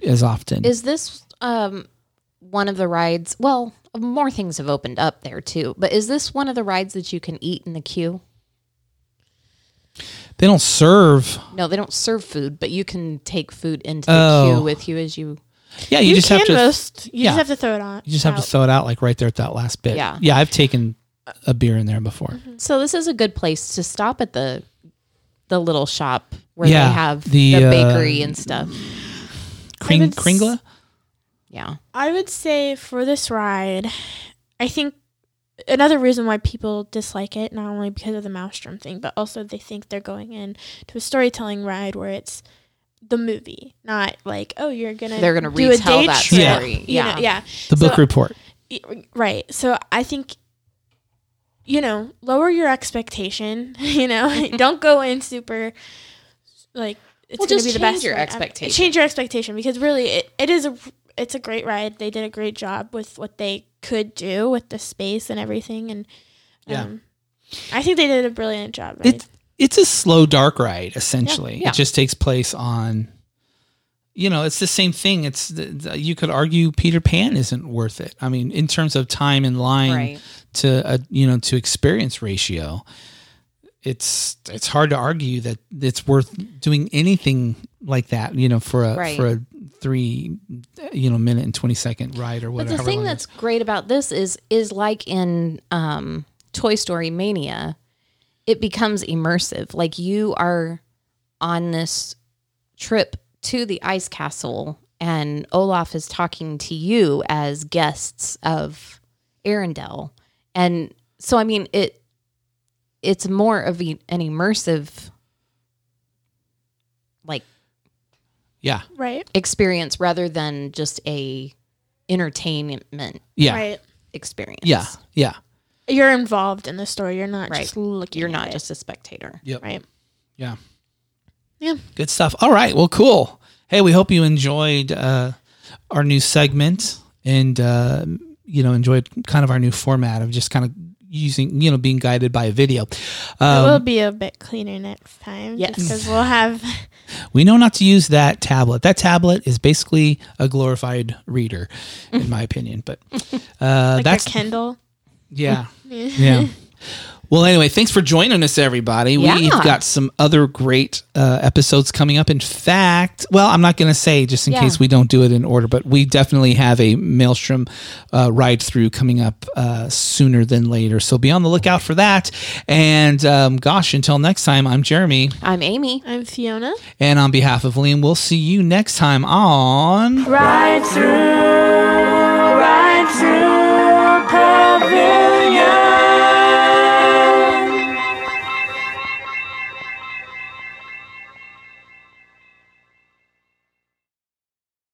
[SPEAKER 2] as often.
[SPEAKER 3] Is this um, one of the rides? Well, more things have opened up there too. But is this one of the rides that you can eat in the queue?
[SPEAKER 2] they don't serve.
[SPEAKER 3] No, they don't serve food, but you can take food into the
[SPEAKER 2] Oh.
[SPEAKER 3] queue with you as you.
[SPEAKER 2] Yeah, you,
[SPEAKER 4] you,
[SPEAKER 2] just
[SPEAKER 4] can
[SPEAKER 2] have to.
[SPEAKER 4] roast. You
[SPEAKER 2] yeah.
[SPEAKER 4] just have to throw it on.
[SPEAKER 2] You just have to
[SPEAKER 4] out.
[SPEAKER 2] throw it out like right there at that last bit.
[SPEAKER 3] Yeah. Mm-hmm.
[SPEAKER 2] Yeah, I've taken a beer in there before.
[SPEAKER 3] So this is a good place to stop at the the little shop where
[SPEAKER 2] Yeah,
[SPEAKER 3] they have
[SPEAKER 2] the,
[SPEAKER 3] the,
[SPEAKER 2] uh,
[SPEAKER 3] bakery and stuff.
[SPEAKER 2] Kring,
[SPEAKER 4] would s-
[SPEAKER 2] Kringla?
[SPEAKER 3] Yeah.
[SPEAKER 4] I would say for this ride, I think another reason why people dislike it, not only because of the maelstrom thing, but also they think they're going in to a storytelling ride where it's the movie, not like oh you're gonna
[SPEAKER 3] They're gonna
[SPEAKER 4] do a
[SPEAKER 3] retell
[SPEAKER 4] day
[SPEAKER 3] that
[SPEAKER 4] trip,
[SPEAKER 2] story.
[SPEAKER 4] you know,
[SPEAKER 3] Yeah.
[SPEAKER 4] yeah.
[SPEAKER 2] The book
[SPEAKER 4] So-
[SPEAKER 2] report.
[SPEAKER 4] Y- right so i think you know lower your expectation <laughs>
[SPEAKER 3] <laughs>
[SPEAKER 4] you know don't go in super like it's
[SPEAKER 3] Well,
[SPEAKER 4] gonna
[SPEAKER 3] just
[SPEAKER 4] be the
[SPEAKER 3] change
[SPEAKER 4] best
[SPEAKER 3] your
[SPEAKER 4] ride ever.
[SPEAKER 3] expectation.
[SPEAKER 4] change your expectation because really it, it is a it's a great ride they did a great job with what they could do with the space and everything and
[SPEAKER 2] Yeah.
[SPEAKER 4] um, i think they did a brilliant job right?
[SPEAKER 2] It's it's a slow dark ride essentially.
[SPEAKER 3] yeah.
[SPEAKER 2] It just takes place on. You know, it's the same thing. It's the, the, you could argue Peter Pan isn't worth it. I mean, in terms of time in line
[SPEAKER 3] Right.
[SPEAKER 2] to uh, you know to experience ratio, it's it's hard to argue that it's worth doing anything like that. You know, for a
[SPEAKER 3] Right.
[SPEAKER 2] for a three you know minute and twenty second ride or
[SPEAKER 3] But
[SPEAKER 2] whatever.
[SPEAKER 3] the thing that's great about this is is like in um, Toy Story Mania, it becomes immersive. Like you are on this trip to the ice castle, and Olaf is talking to you as guests of Arendelle, and so I mean it. It's more of a, an immersive, like
[SPEAKER 2] yeah
[SPEAKER 4] right
[SPEAKER 3] experience rather than just a entertainment
[SPEAKER 2] yeah
[SPEAKER 4] right
[SPEAKER 3] experience.
[SPEAKER 2] yeah yeah
[SPEAKER 4] you're involved in the story you're not
[SPEAKER 3] Right.
[SPEAKER 4] just looking
[SPEAKER 3] You're
[SPEAKER 4] at
[SPEAKER 3] not
[SPEAKER 4] it,
[SPEAKER 3] just a spectator.
[SPEAKER 2] yep
[SPEAKER 4] right
[SPEAKER 2] yeah.
[SPEAKER 4] yeah
[SPEAKER 2] good stuff all right well cool hey we hope you enjoyed uh, our new segment and uh, you know enjoyed kind of our new format of just kind of using you know being guided by a video
[SPEAKER 4] it will
[SPEAKER 2] um,
[SPEAKER 4] be a bit cleaner next time
[SPEAKER 3] Yes. Uh,
[SPEAKER 4] because
[SPEAKER 3] <laughs>
[SPEAKER 4] we'll have
[SPEAKER 2] we know not to use that tablet that tablet is basically a glorified reader in my opinion but uh,
[SPEAKER 4] <laughs> like
[SPEAKER 2] that's
[SPEAKER 4] a Kindle.
[SPEAKER 3] <laughs>
[SPEAKER 2] Yeah. yeah. Well, anyway, thanks for joining us, everybody. We've
[SPEAKER 3] Yeah.
[SPEAKER 2] got some other great uh, episodes coming up. In fact, well, I'm not going to say just in
[SPEAKER 3] Yeah.
[SPEAKER 2] case we don't do it in order, but we definitely have a Maelstrom uh, ride through coming up uh, sooner than later. So be on the lookout for that. And um, gosh, until next time, I'm Jeremy.
[SPEAKER 3] I'm Amy.
[SPEAKER 4] I'm Fiona.
[SPEAKER 2] And on behalf of Liam, we'll see you next time on.
[SPEAKER 1] Right through.